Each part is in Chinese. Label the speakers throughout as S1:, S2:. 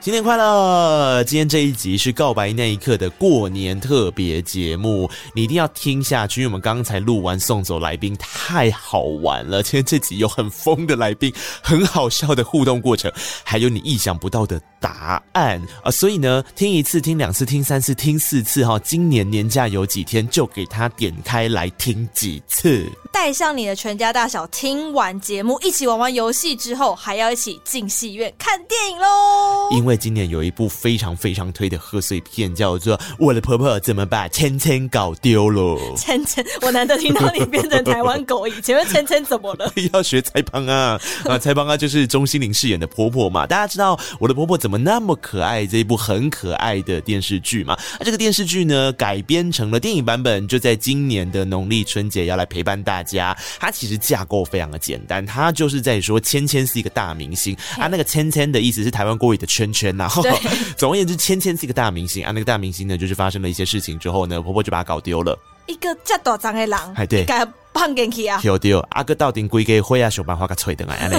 S1: 新年快乐！今天这一集是《告白那一刻》的过年特别节目，你一定要听下去，因为我们刚才录完送走来宾太好玩了。今天这集有很疯的来宾，很好笑的互动过程，还有你意想不到的答案啊、所以呢，听一次、听两次、听三次、听四次哈、今年年假有几天，就给它点开来听几次。
S2: 带上你的全家大小，听完节目，一起玩玩游戏之后，还要一起进戏院看电影喽！
S1: 因为今年有一部非常非常推的贺岁片，叫做《我的婆婆怎么把芊芊搞丢了》。
S2: 芊芊，我难得听到你变成台湾狗影，请问芊芊怎么了？
S1: 要学蔡邦啊啊！蔡邦啊，就是钟欣凌饰演的婆婆嘛。大家知道《我的婆婆怎么那么可爱》这一部很可爱的电视剧嘛？那、这个电视剧呢，改编成了电影版本，就在今年的农历春节要来陪伴大家。它其实架构非常的简单，它就是在说芊芊是一个大明星啊，那个芊芊的意思是台湾国语的圈圈呐、
S2: 对
S1: 总而言之，芊芊是一个大明星啊，那个大明星呢，就是发生了一些事情之后呢，婆婆就把她搞丢了。
S2: 一个这大张的狼，
S1: 哎对
S2: 该胖进去啊！
S1: 丢丢，阿哥到顶规个会啊，想办法给吹灯啊，安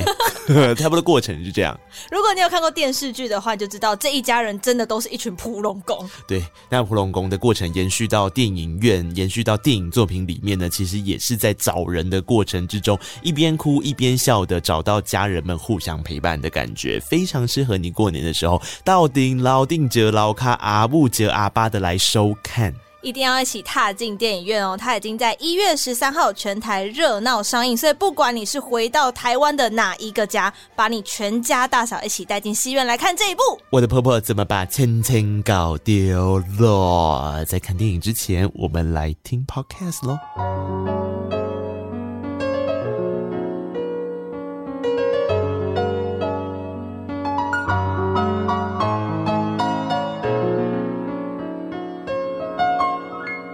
S1: 尼差不多过程是这样。
S2: 如果你有看过电视剧的话，你就知道这一家人真的都是一群扑龙狗。
S1: 对，那普龙宫的过程延续到电影院，延续到电影作品里面呢，其实也是在找人的过程之中，一边哭一边笑的找到家人们互相陪伴的感觉，非常适合你过年的时候到顶老定折老卡阿布折阿巴的来收看。
S2: 一定要一起踏进电影院哦！它已经在一月十三号全台热闹上映，所以不管你是回到台湾的哪一个家，把你全家大小一起带进戏院来看这一部。
S1: 我的婆婆怎么把芊芊搞丢了？在看电影之前，我们来听 podcast 喽。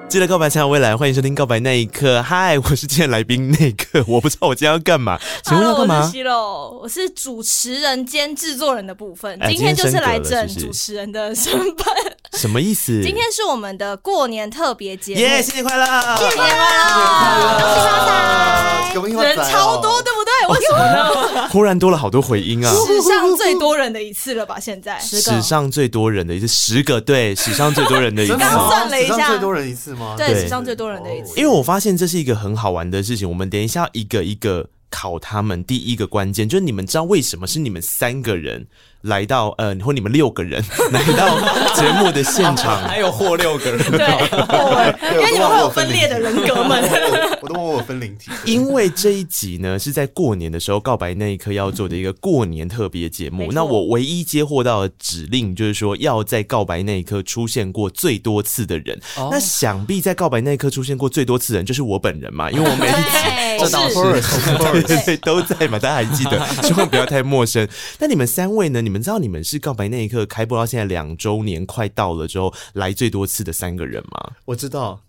S1: 记得告白才有未来，欢迎收听《告白那一刻》。嗨，我是今天来宾那一刻，我不知道我今天要干嘛，请问要
S2: Hello，
S1: 干嘛？
S2: 我是 Shiro，我是主持人兼制作人的部分，
S1: 哎
S2: 今天就是来
S1: 今天升格了
S2: 整
S1: 是不是
S2: 主持人的身份。
S1: 什么意思？
S2: 今天是我们的过年特别节目，
S1: 耶新年快乐！
S2: 新年快乐，恭喜发财！
S3: 恭喜发财
S2: 人超多，对不对？为什么呢？
S1: 忽然多了好多回音啊！
S2: 史上最多人的一次了吧？现在
S1: 史上最多人的一次，十个对，史上最多人的一次
S3: 真。的
S2: 刚
S3: 吗
S2: 算了一下
S3: 史上最多人一次吗？
S2: 对
S1: 对
S2: 史上最多人的一次。
S1: 因为我发现这是一个很好玩的事情，我们等一下要一个一个考他们。第一个关键就是你们知道为什么是你们三个人来到，呃，或你们六个人来到节目的现场， 还有或六个人，
S2: 对，
S3: 哎
S2: 因为你们会有分裂的人格们。
S3: 我都忘了我分 灵体。
S1: 因为这一集呢是在过年的时候告白那一刻要做的一个过年特别节
S2: 没
S1: 目
S2: 错。
S1: 那我唯一接获到的指令就是说要在告白那一刻出现过最多次的人。
S2: 哦
S1: 那想必在告白那一刻出现过最多次的人就是我本人 嘛，因为我每一集。
S2: 对，是
S1: 对 对对，都在嘛，大家还记得， 希望不要太陌生。那你们三位呢？你们知道你们是告白那一刻开播到现在两周年快到了之后来最多次的三个人吗？
S3: 我知道，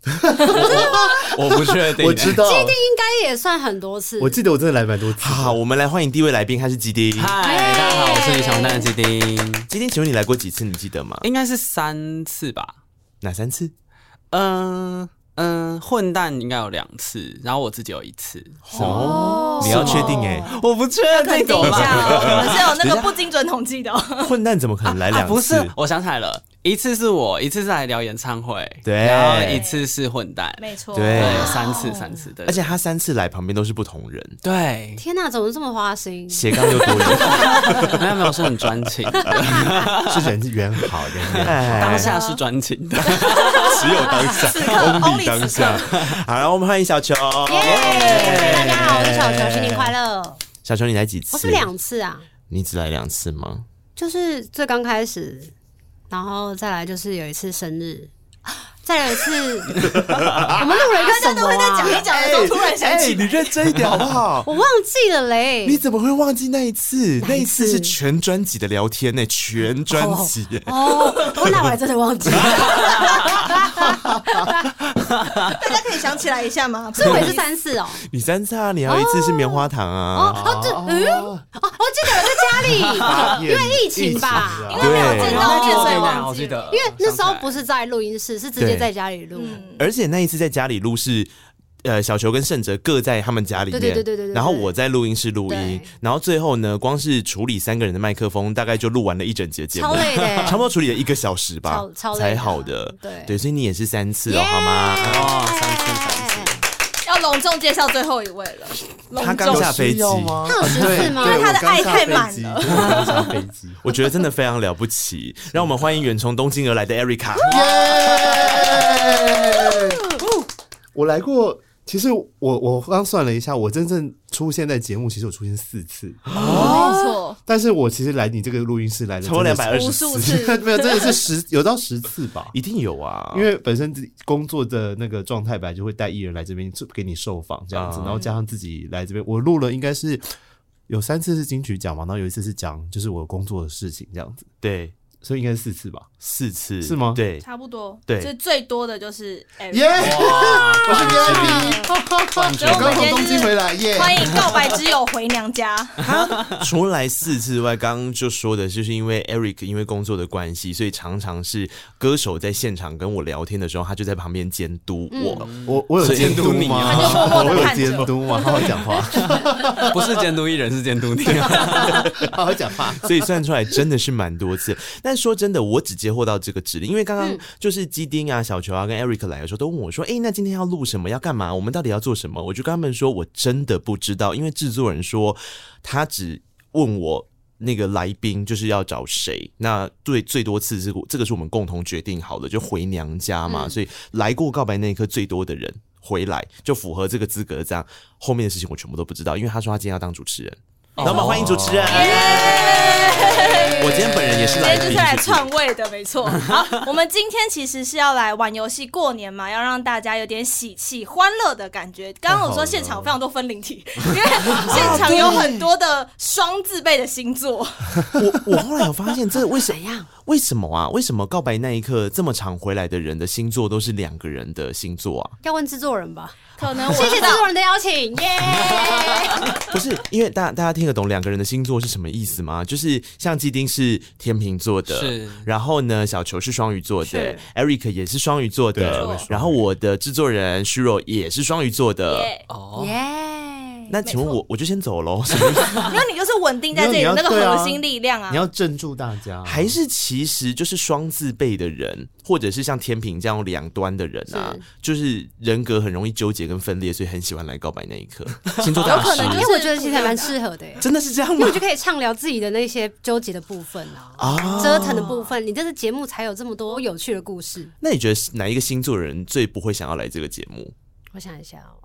S1: 我不确
S3: 我知道，
S4: 应该也算很多次。
S3: 我记得我真的来蛮多次。
S1: 好，我们来欢迎第一位来宾，他是基丁。
S5: 嗨，大家好，我是小蛋鸡丁，
S1: 基丁，请问你来过几次？你记得吗？
S5: 应该是三次吧？
S1: 哪三次？
S5: 嗯、嗯、混蛋应该有两次，然后我自己有一次。
S1: 哦，你要确定哎、
S5: 我不确
S2: 肯
S5: 定
S2: 定
S5: 懂
S2: 一下
S5: 吗？
S2: 哦，我们是有那个不精准统计的哦。
S1: 混蛋怎么可能来两
S5: 啊不
S1: 次？
S5: 是，我想起来了，一次是我，一次是来聊演唱会，
S1: 对
S5: 然后一次是混蛋，
S2: 没错，
S1: 对
S5: 对，三次三次对，
S1: 而且他三次来旁边都是不同 人，
S5: 对，
S4: 天哪，怎么这么花心？
S1: 斜杠又多人，
S5: 没有没有是很专情的，
S3: 是人缘好，人缘 好。
S1: 哎
S5: 当下是专情的。
S1: 只有当 下
S2: 此刻
S1: ，only
S2: ，only
S1: 当
S2: 此刻
S1: 下。好了，我们欢迎小球。
S4: 大家好，我是小球，新年快乐！
S1: 小球，你来几次？
S4: 我是不是两次啊，
S1: 你只来两次吗？
S4: 就是最刚开始，然后再来就是有一次生日，再来一次，我们录了一个
S2: 大
S4: 什
S2: 家都
S4: 么
S2: 会在讲
S4: 啊？
S2: 一讲的时候突然想
S1: 哎
S2: 起
S1: 你
S2: 来，
S1: 认真一点好不好？
S4: 我忘记了嘞。
S1: 你怎么会忘记那一次？
S4: 哪一次
S1: 那一次是全专辑的聊天呢、欸全专辑、欸
S4: 哦，我那我还真的忘记了，
S2: 大家可以想起来一下吗？
S4: 所以我也是三四哦。
S1: 你三次啊，你还有一次是棉花糖
S4: 哦
S1: 啊，
S4: 哦，这嗯，哦，我记得我在家里，因为疫情吧，
S3: 疫情啊
S4: 因为没有见到面，所以忘
S5: 我
S4: 记
S5: 记
S4: 了。
S5: 得
S4: 哦因为那时候不是在录音室，是直接在家里录。
S2: 嗯，
S1: 而且那一次在家里录是。呃，小球跟盛哲各在他们家里面，
S4: 对对对对对对
S1: 然后我在录音室录音
S4: 对，
S1: 然后最后呢，光是处理三个人的麦克风，大概就录完了一整节节目，
S4: 超累的
S1: 差不多处理了一个小时吧
S4: 超，超累的
S1: 才好的。
S4: 对
S1: 所以你也是三次哦，好吗？
S5: 哦，三次三 次，
S2: 要隆重介绍最后一位了，隆
S1: 他刚
S2: 重
S1: 下飞机，
S3: 吗？
S4: 他有十次吗？
S2: 因为他的爱太满
S3: 了
S2: 了。
S3: 我刚下飞机，
S1: 我觉得真的非常了不 起。让我们欢迎远从东京而来的 Erica。
S3: 我来过。其实我我刚算了一下，我真正出现在节目，其实我出现四次，
S2: 没错，
S3: 但是我其实来你这个录音室来了
S1: 超过
S3: 真的是
S1: 220
S2: 无数次
S3: 没有，真的是十有到十次吧。
S1: 一定有啊，
S3: 因为本身自己工作的那个状态，本来就会带艺人来这边就给你受访这样子，
S1: 啊
S3: 然后加上自己来这边，我录了应该是有三次是金曲奖嘛，然后有一次是讲就是我工作的事情这样子，
S1: 对
S3: 所以应该是四次吧。
S1: 四次
S3: 是吗
S1: 对，
S2: 差不多，
S1: 对
S2: 这最多的就是
S3: 耶、
S2: Eric。
S3: 我是 VIP，
S2: 所以
S3: 我
S2: 我
S3: 刚
S2: 们
S3: 从
S2: 今天
S3: 东京回
S2: 就是
S3: 来耶。
S2: 欢迎告白之友回娘家。
S1: 除了来四次之外，刚刚就说的就是因为 Eric 因为工作的关系，所以常常是歌手在现场跟我聊天的时候，他就在旁边监督我。
S3: 我我有监督吗？
S1: 他
S2: 就默默地
S3: 我有
S2: 看着
S3: 监督吗？好好讲话，
S5: 不是监督艺人，是 监督你。
S3: 好好讲 话。
S1: 所以算出来真的是蛮多次，但说真的，我只接获到这个指令，因为刚刚就是基丁啊、小球啊跟 Eric 来的时候都问我说：“诶，那今天要录什么？要干嘛？我们到底要做什么？”我就跟他们说，我真的不知道，因为制作人说他只问我。那个来宾就是要找谁？那最最多次是这个是我们共同决定好的，就回娘家嘛。所以来过告白那一刻最多的人回来就符合这个资格。这样后面的事情我全部都不知道，因为他说他今天要当主持人。那我们欢迎主持人。我今天本人也是
S2: 今
S3: 哎
S1: 来
S2: 天
S1: 宾，
S2: 就是来篡位的，没错。好，我们今天其实是要来玩游戏过年嘛，要让大家有点喜气、欢乐的感觉。刚刚我说现场非常多分灵体，
S3: 哦
S2: 因为现场有很多的双字辈的星座，
S1: 我我后来有发现，这为什 么？为什么啊？为什么告白那一刻这么常回来的人的星座都是两个人的星座啊？
S4: 要问制作人吧，
S2: 可能我
S4: 谢谢
S2: 知
S4: 制
S2: 道
S4: 作人的邀请，耶！
S1: 不 是因为大大家听得懂两个人的星座是什么意思吗？就是像基丁是天秤座的，
S5: 是
S1: 然后呢，小球是双鱼座的
S2: 是
S1: ，Eric 也是双鱼座
S3: 对
S2: 我也
S1: 的
S2: 是双鱼，
S1: 然后我的制作人虚弱也是双鱼座的。
S2: 耶
S5: 哦，
S4: 耶！
S1: 那请问我我就先走喽，什么意思？
S3: 呃
S2: 因为你就是稳定在这里的那个核心力量啊
S3: 你。要镇住大家，
S1: 还是其实就是双字辈的人，或者是像天平这样两端的人啊，就是人格很容易纠结跟分裂，所以很喜欢来告白那一刻。 星座
S3: 啊
S1: 大
S2: 有可能
S4: 因
S2: 就
S1: 师
S2: 是
S4: 为我觉得其实还蛮适合的耶，
S1: 真的是这样
S4: 因为
S1: 吗
S4: 我？就可以畅聊自己的那些纠结的部分啊，
S1: 啊，
S4: 折腾的部分。你这次节目才有这么多有趣的故事。
S1: 那你觉得哪一个星座的人最不会想要来这个节目？
S4: 我想一下哦，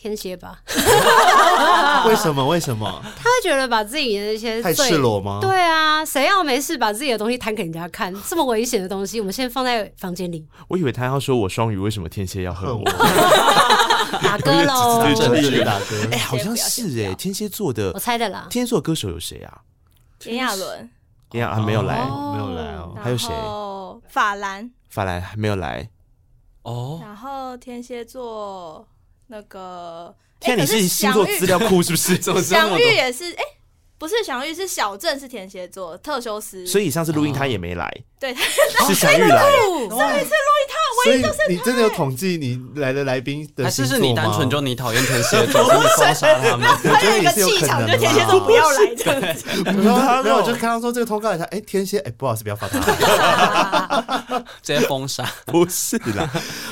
S4: 天蝎吧，
S2: 啊
S3: 为什么？为什么？
S4: 他会觉得把自己的那些
S3: 太
S4: 最
S3: 赤裸吗？
S4: 对啊，谁要没事把自己的东西摊给人家看？这么危险的东西，我们现在放在房间里
S1: 我以为他要说我双鱼，为什么天蝎要恨
S3: 恨
S1: 我
S3: 我？，
S4: 打歌
S2: 啊
S4: 喽。
S1: 对
S3: 真的
S1: 对
S3: 是
S1: 对
S3: 大哥。
S1: 哎、好像是哎、天蝎座的
S4: 我，猜的啦，
S1: 天蝎座歌手有谁啊？
S2: 炎亚纶，
S1: 哎呀、啊，没有来，
S4: 哦
S3: 没有来哦。
S1: 还有谁
S2: 然后法兰，
S1: 法兰还没有来。
S5: 哦，
S2: 然后天蝎座那个，哎
S1: 天啊，你
S2: 可是
S1: 星座
S2: 祥玉
S1: 资料库是不 是？
S5: 怎么这么
S2: 祥玉
S5: 多？
S2: 也是，哎、不是祥玉是小郑是天蝎座，特修斯，
S1: 所以上次录音他也没来，
S2: 哦对，他
S1: 是祥玉来。
S3: 所以你真的有统计你来的来宾的
S5: 还
S3: 星
S5: 是
S3: 座
S5: 是
S3: 吗
S5: 你单 纯就你讨厌天蝎座，所以你封杀他们？
S3: 我觉得
S2: 有一
S3: 也
S2: 个
S3: 是有
S2: 气
S3: 可
S2: 场，
S3: 能
S2: 就天蝎座不要来这样子。
S3: 啦。没有，我就看到说这个通告一下，哎，天蝎，哎，不好意思，不 要发他。
S5: 直接封杀。
S1: 不是啦，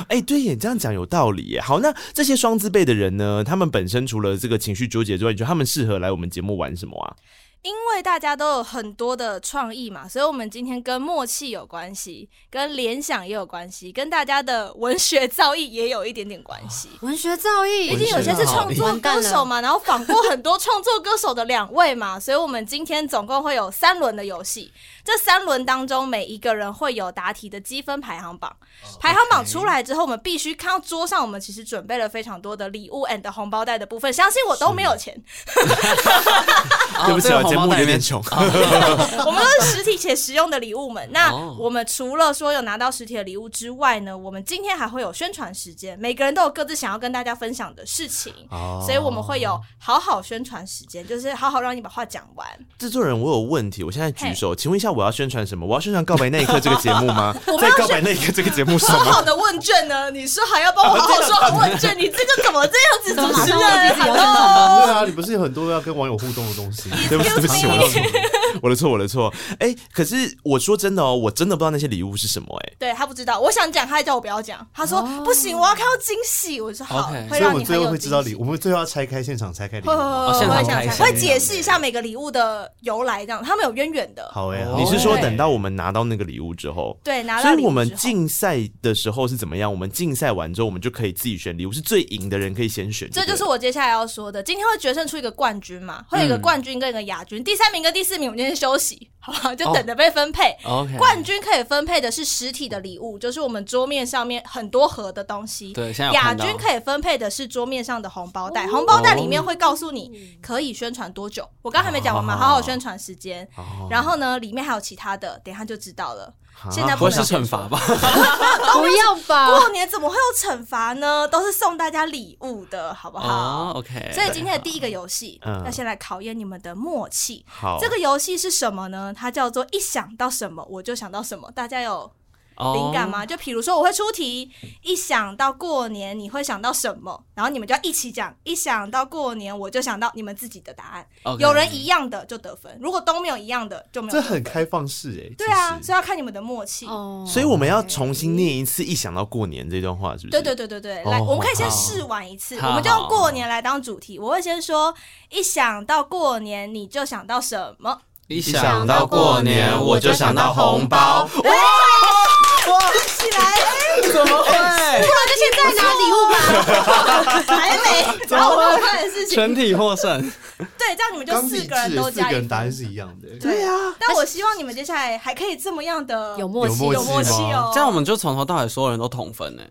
S1: 哎、对耶，这样讲有道理耶。好，那这些双字辈的人呢，他们本身除了这个情绪纠结之外，你觉得他们适合来我们节目玩什么啊？
S2: 因为大家都有很多的创意嘛，所以我们今天跟默契有关系，跟联想也有关系，跟大家的文学造诣也有一点点关系。
S4: 文学造诣，
S2: 毕竟有些是创作歌手嘛， 然后访过很多创作歌手的两位嘛，所以我们今天总共会有三轮的游戏。这三轮当中，每一个人会有答题的积分排行榜。
S4: 哦
S2: 排行榜出来之后，我们必须看到桌上，我们其实准备了非常多的礼物 and 红包袋的部分，相信我都没有钱，
S5: 对哦
S1: 对不起啊，节目有点穷。
S2: 我们都是实体且实用的礼物们。那
S5: 哦
S2: 我们除了说有拿到实体的礼物之外呢，我们今天还会有宣传时间，每个人都有各自想要跟大家分享的事情。
S1: 哦
S2: 所以我们会有好好宣传时间，就是好好让你把话讲完。
S1: 制作人，我有问题，我现在举手，请问一下，我要宣传什么？我要宣传《告白那一刻》这个节目吗？在《告白那一刻》这个节目什
S2: 好 好
S1: 么？
S2: 的问卷呢？你说好要帮我好好说 好问卷，你这个怎么这样子？主持人，hello，
S3: 对啊，你不是有很多要跟网友互动的东西？
S1: 对不起，对不起，我的错，我的错，我的错。哎，可是我说真的哦，我真的不知道那些礼物是什么。哎，
S2: 对他不知道，我想讲，他还叫我不要讲。他说不行，我要看到惊喜。我说好
S5: OK，
S2: 会
S3: 所以我
S2: 让
S3: 们
S2: 你
S3: 最
S2: 很
S3: 后
S2: 有
S3: 会知道
S2: 惊
S3: 礼，
S2: 喜。
S3: 我们最后要拆开现场拆开礼物
S2: 会会
S3: 吗。
S2: 会
S5: 哦现
S2: 会，
S5: 场
S2: 会哦想
S5: 开
S2: 想
S5: 箱
S2: 会解释一下每个礼物的由来，这样他们有渊源的。
S3: 好哎，好
S5: 哦
S1: 你是说
S2: 对
S1: 等到我们拿到那个礼物之后？
S2: 对，拿到
S1: 所
S2: 礼物
S1: 以我们
S2: 之后
S1: 竞赛的时候是怎么样？我们竞赛完之后，我们就可以自己选礼物，是最赢的人可以先选。
S2: 这
S1: 对
S2: 就
S1: 不
S2: 是
S1: 对
S2: 我接下来要说的。今天会决胜出一个冠军嘛？会有
S5: 嗯
S2: 一个冠军跟一个亚军，第三名跟第四名我们今天休息，好不好？就等着被分配。
S5: 哦 OK，
S2: 冠军可以分配的是实体的礼物，就是我们桌面上面很多盒的东西。
S5: 对现在有
S2: 亚
S5: 看到
S2: 军可以分配的是桌面上的红包袋，红包袋里面会告诉你可以宣传多久。我刚还没讲完嘛，
S1: 哦
S2: 好好宣传时间。然后呢，里面还有其他的，等一下就知道了。现在
S5: 不会
S2: 不能
S5: 啊是惩罚吧？
S4: 不要吧？
S2: 过年怎么会有惩罚呢？都是送大家礼物的，好不好
S5: 哦，OK。
S2: 所以今天的第一个游戏，
S1: 嗯
S2: 要先来考验你们的默契。
S1: 好
S2: 这个游戏是什么呢？它叫做“一想到什么我就想到什么”。大家有
S5: 哦
S2: 灵感吗？就比如说我会出题，一想到过年你会想到什么，然后你们就要一起讲。一想到过年我就想到你们自己的答案。
S5: OK
S2: 有人一样的就得分，如果都没有一样的就没有
S3: 这
S2: 得分。
S3: 很开放式哎。
S2: 对啊，
S3: 其实
S2: 所以要看你们的默契。
S4: 哦
S1: 所以我们要重新念一次。一想到过年这段话，是不是？
S2: 对对对对对，来，
S1: 哦
S2: 我们可以先试玩一次，
S5: 好
S2: 我们就用过年来当主题。我会先说，一想到过年你就想到什么？
S5: 一
S1: 想到过年我就想到红包。
S2: 哦起来，
S5: 怎 么会？
S2: 那就现在拿礼物吧， 还没， 然后我快的事情，
S5: 全体获胜。
S2: 对，这样你们就
S3: 钢笔
S2: 四
S3: 字
S2: 个人都
S3: 四
S2: 加
S3: 个
S2: 一
S3: 人答案
S2: 分。
S3: 是一样的。
S2: 对啊，但我希望你们接下来还可以这么样的
S4: 有默
S3: 有
S4: 契，
S3: 默契
S2: 有默契哦，
S5: 这样我们就从头到尾所有人都同分哎。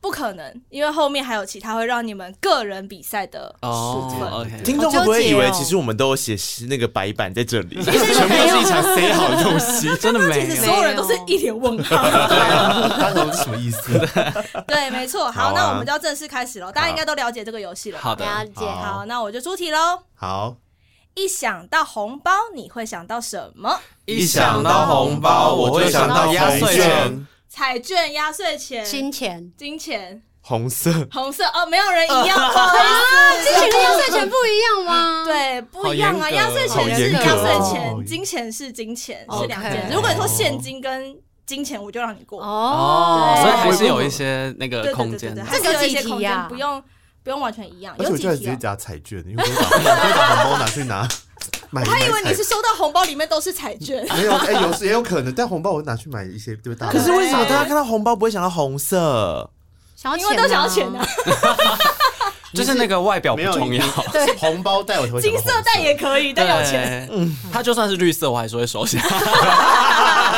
S2: 不可能，因为后面还有其他会让你们个人比赛的
S5: 哦
S2: 部分。
S5: ，OK。
S1: 听众会不会以为其实我们都有写那个白板在这里，全部是一场塞好的东西？
S5: 真的没
S2: 其
S5: 有
S2: 实所有人都是一脸问号。啊
S3: 他懂是什么意思？
S2: 对，没错。
S1: 好
S2: 好，
S1: 啊
S2: 那我们就要正式开始了。大家应该都了解这个游戏了吧。
S5: 啊好的，
S4: 了解。
S2: 好，那我就出题喽。
S3: 好，
S2: 一想到红包，你会想到什么？
S5: 一想到红包我就想到压岁钱，
S2: 彩券、压岁钱、
S4: 金钱，
S2: 金钱、
S1: 红色。
S2: 红色哦，没有人一样， 不好意思
S4: 金钱跟压岁钱不一样吗？，
S2: 对，不一样啊！
S5: 好严
S2: 压
S5: 格
S2: 岁钱是
S1: 好严格
S2: 压
S1: 哦
S2: 岁
S3: 哦
S2: 钱，金钱是金钱，
S4: 哦 OK
S2: 是两件。如果你说现金跟金钱，我就让你过。
S4: 哦
S5: 哦，，
S2: 对
S5: 所以还是有一些
S2: 对
S5: 那个
S2: 对
S5: 空
S2: 对对
S5: 间
S2: 对，
S5: 的。
S2: 还是有一些
S4: 这个
S2: 空
S4: 几题
S2: 间
S4: 啊
S2: 不用不用完全一样，
S3: 而且
S2: 有
S3: 我
S2: 几
S3: 居然直
S2: 题
S3: 接
S2: 啊。
S3: 夹彩券，因为我把我把红包拿去拿买。
S2: 我还以为
S3: 买
S2: 你是收到红包里面都是彩券，
S4: 嗯
S3: 彩没有，哎，有时也有可能，但红包我拿去买一些，对不对？
S1: 可是为什么大家看到红包不会想到红色？
S2: 哦
S4: 想要 钱
S2: 因
S4: 啊
S2: 为都想要钱啊，
S5: 就是那个外表不
S3: 没有
S5: 重要。
S3: 对，红包袋我
S4: 哦
S3: 才会想
S2: 金
S3: 到
S2: 色袋也可以，但要 钱。
S5: 对，嗯，它就算是绿色，我还是会收下。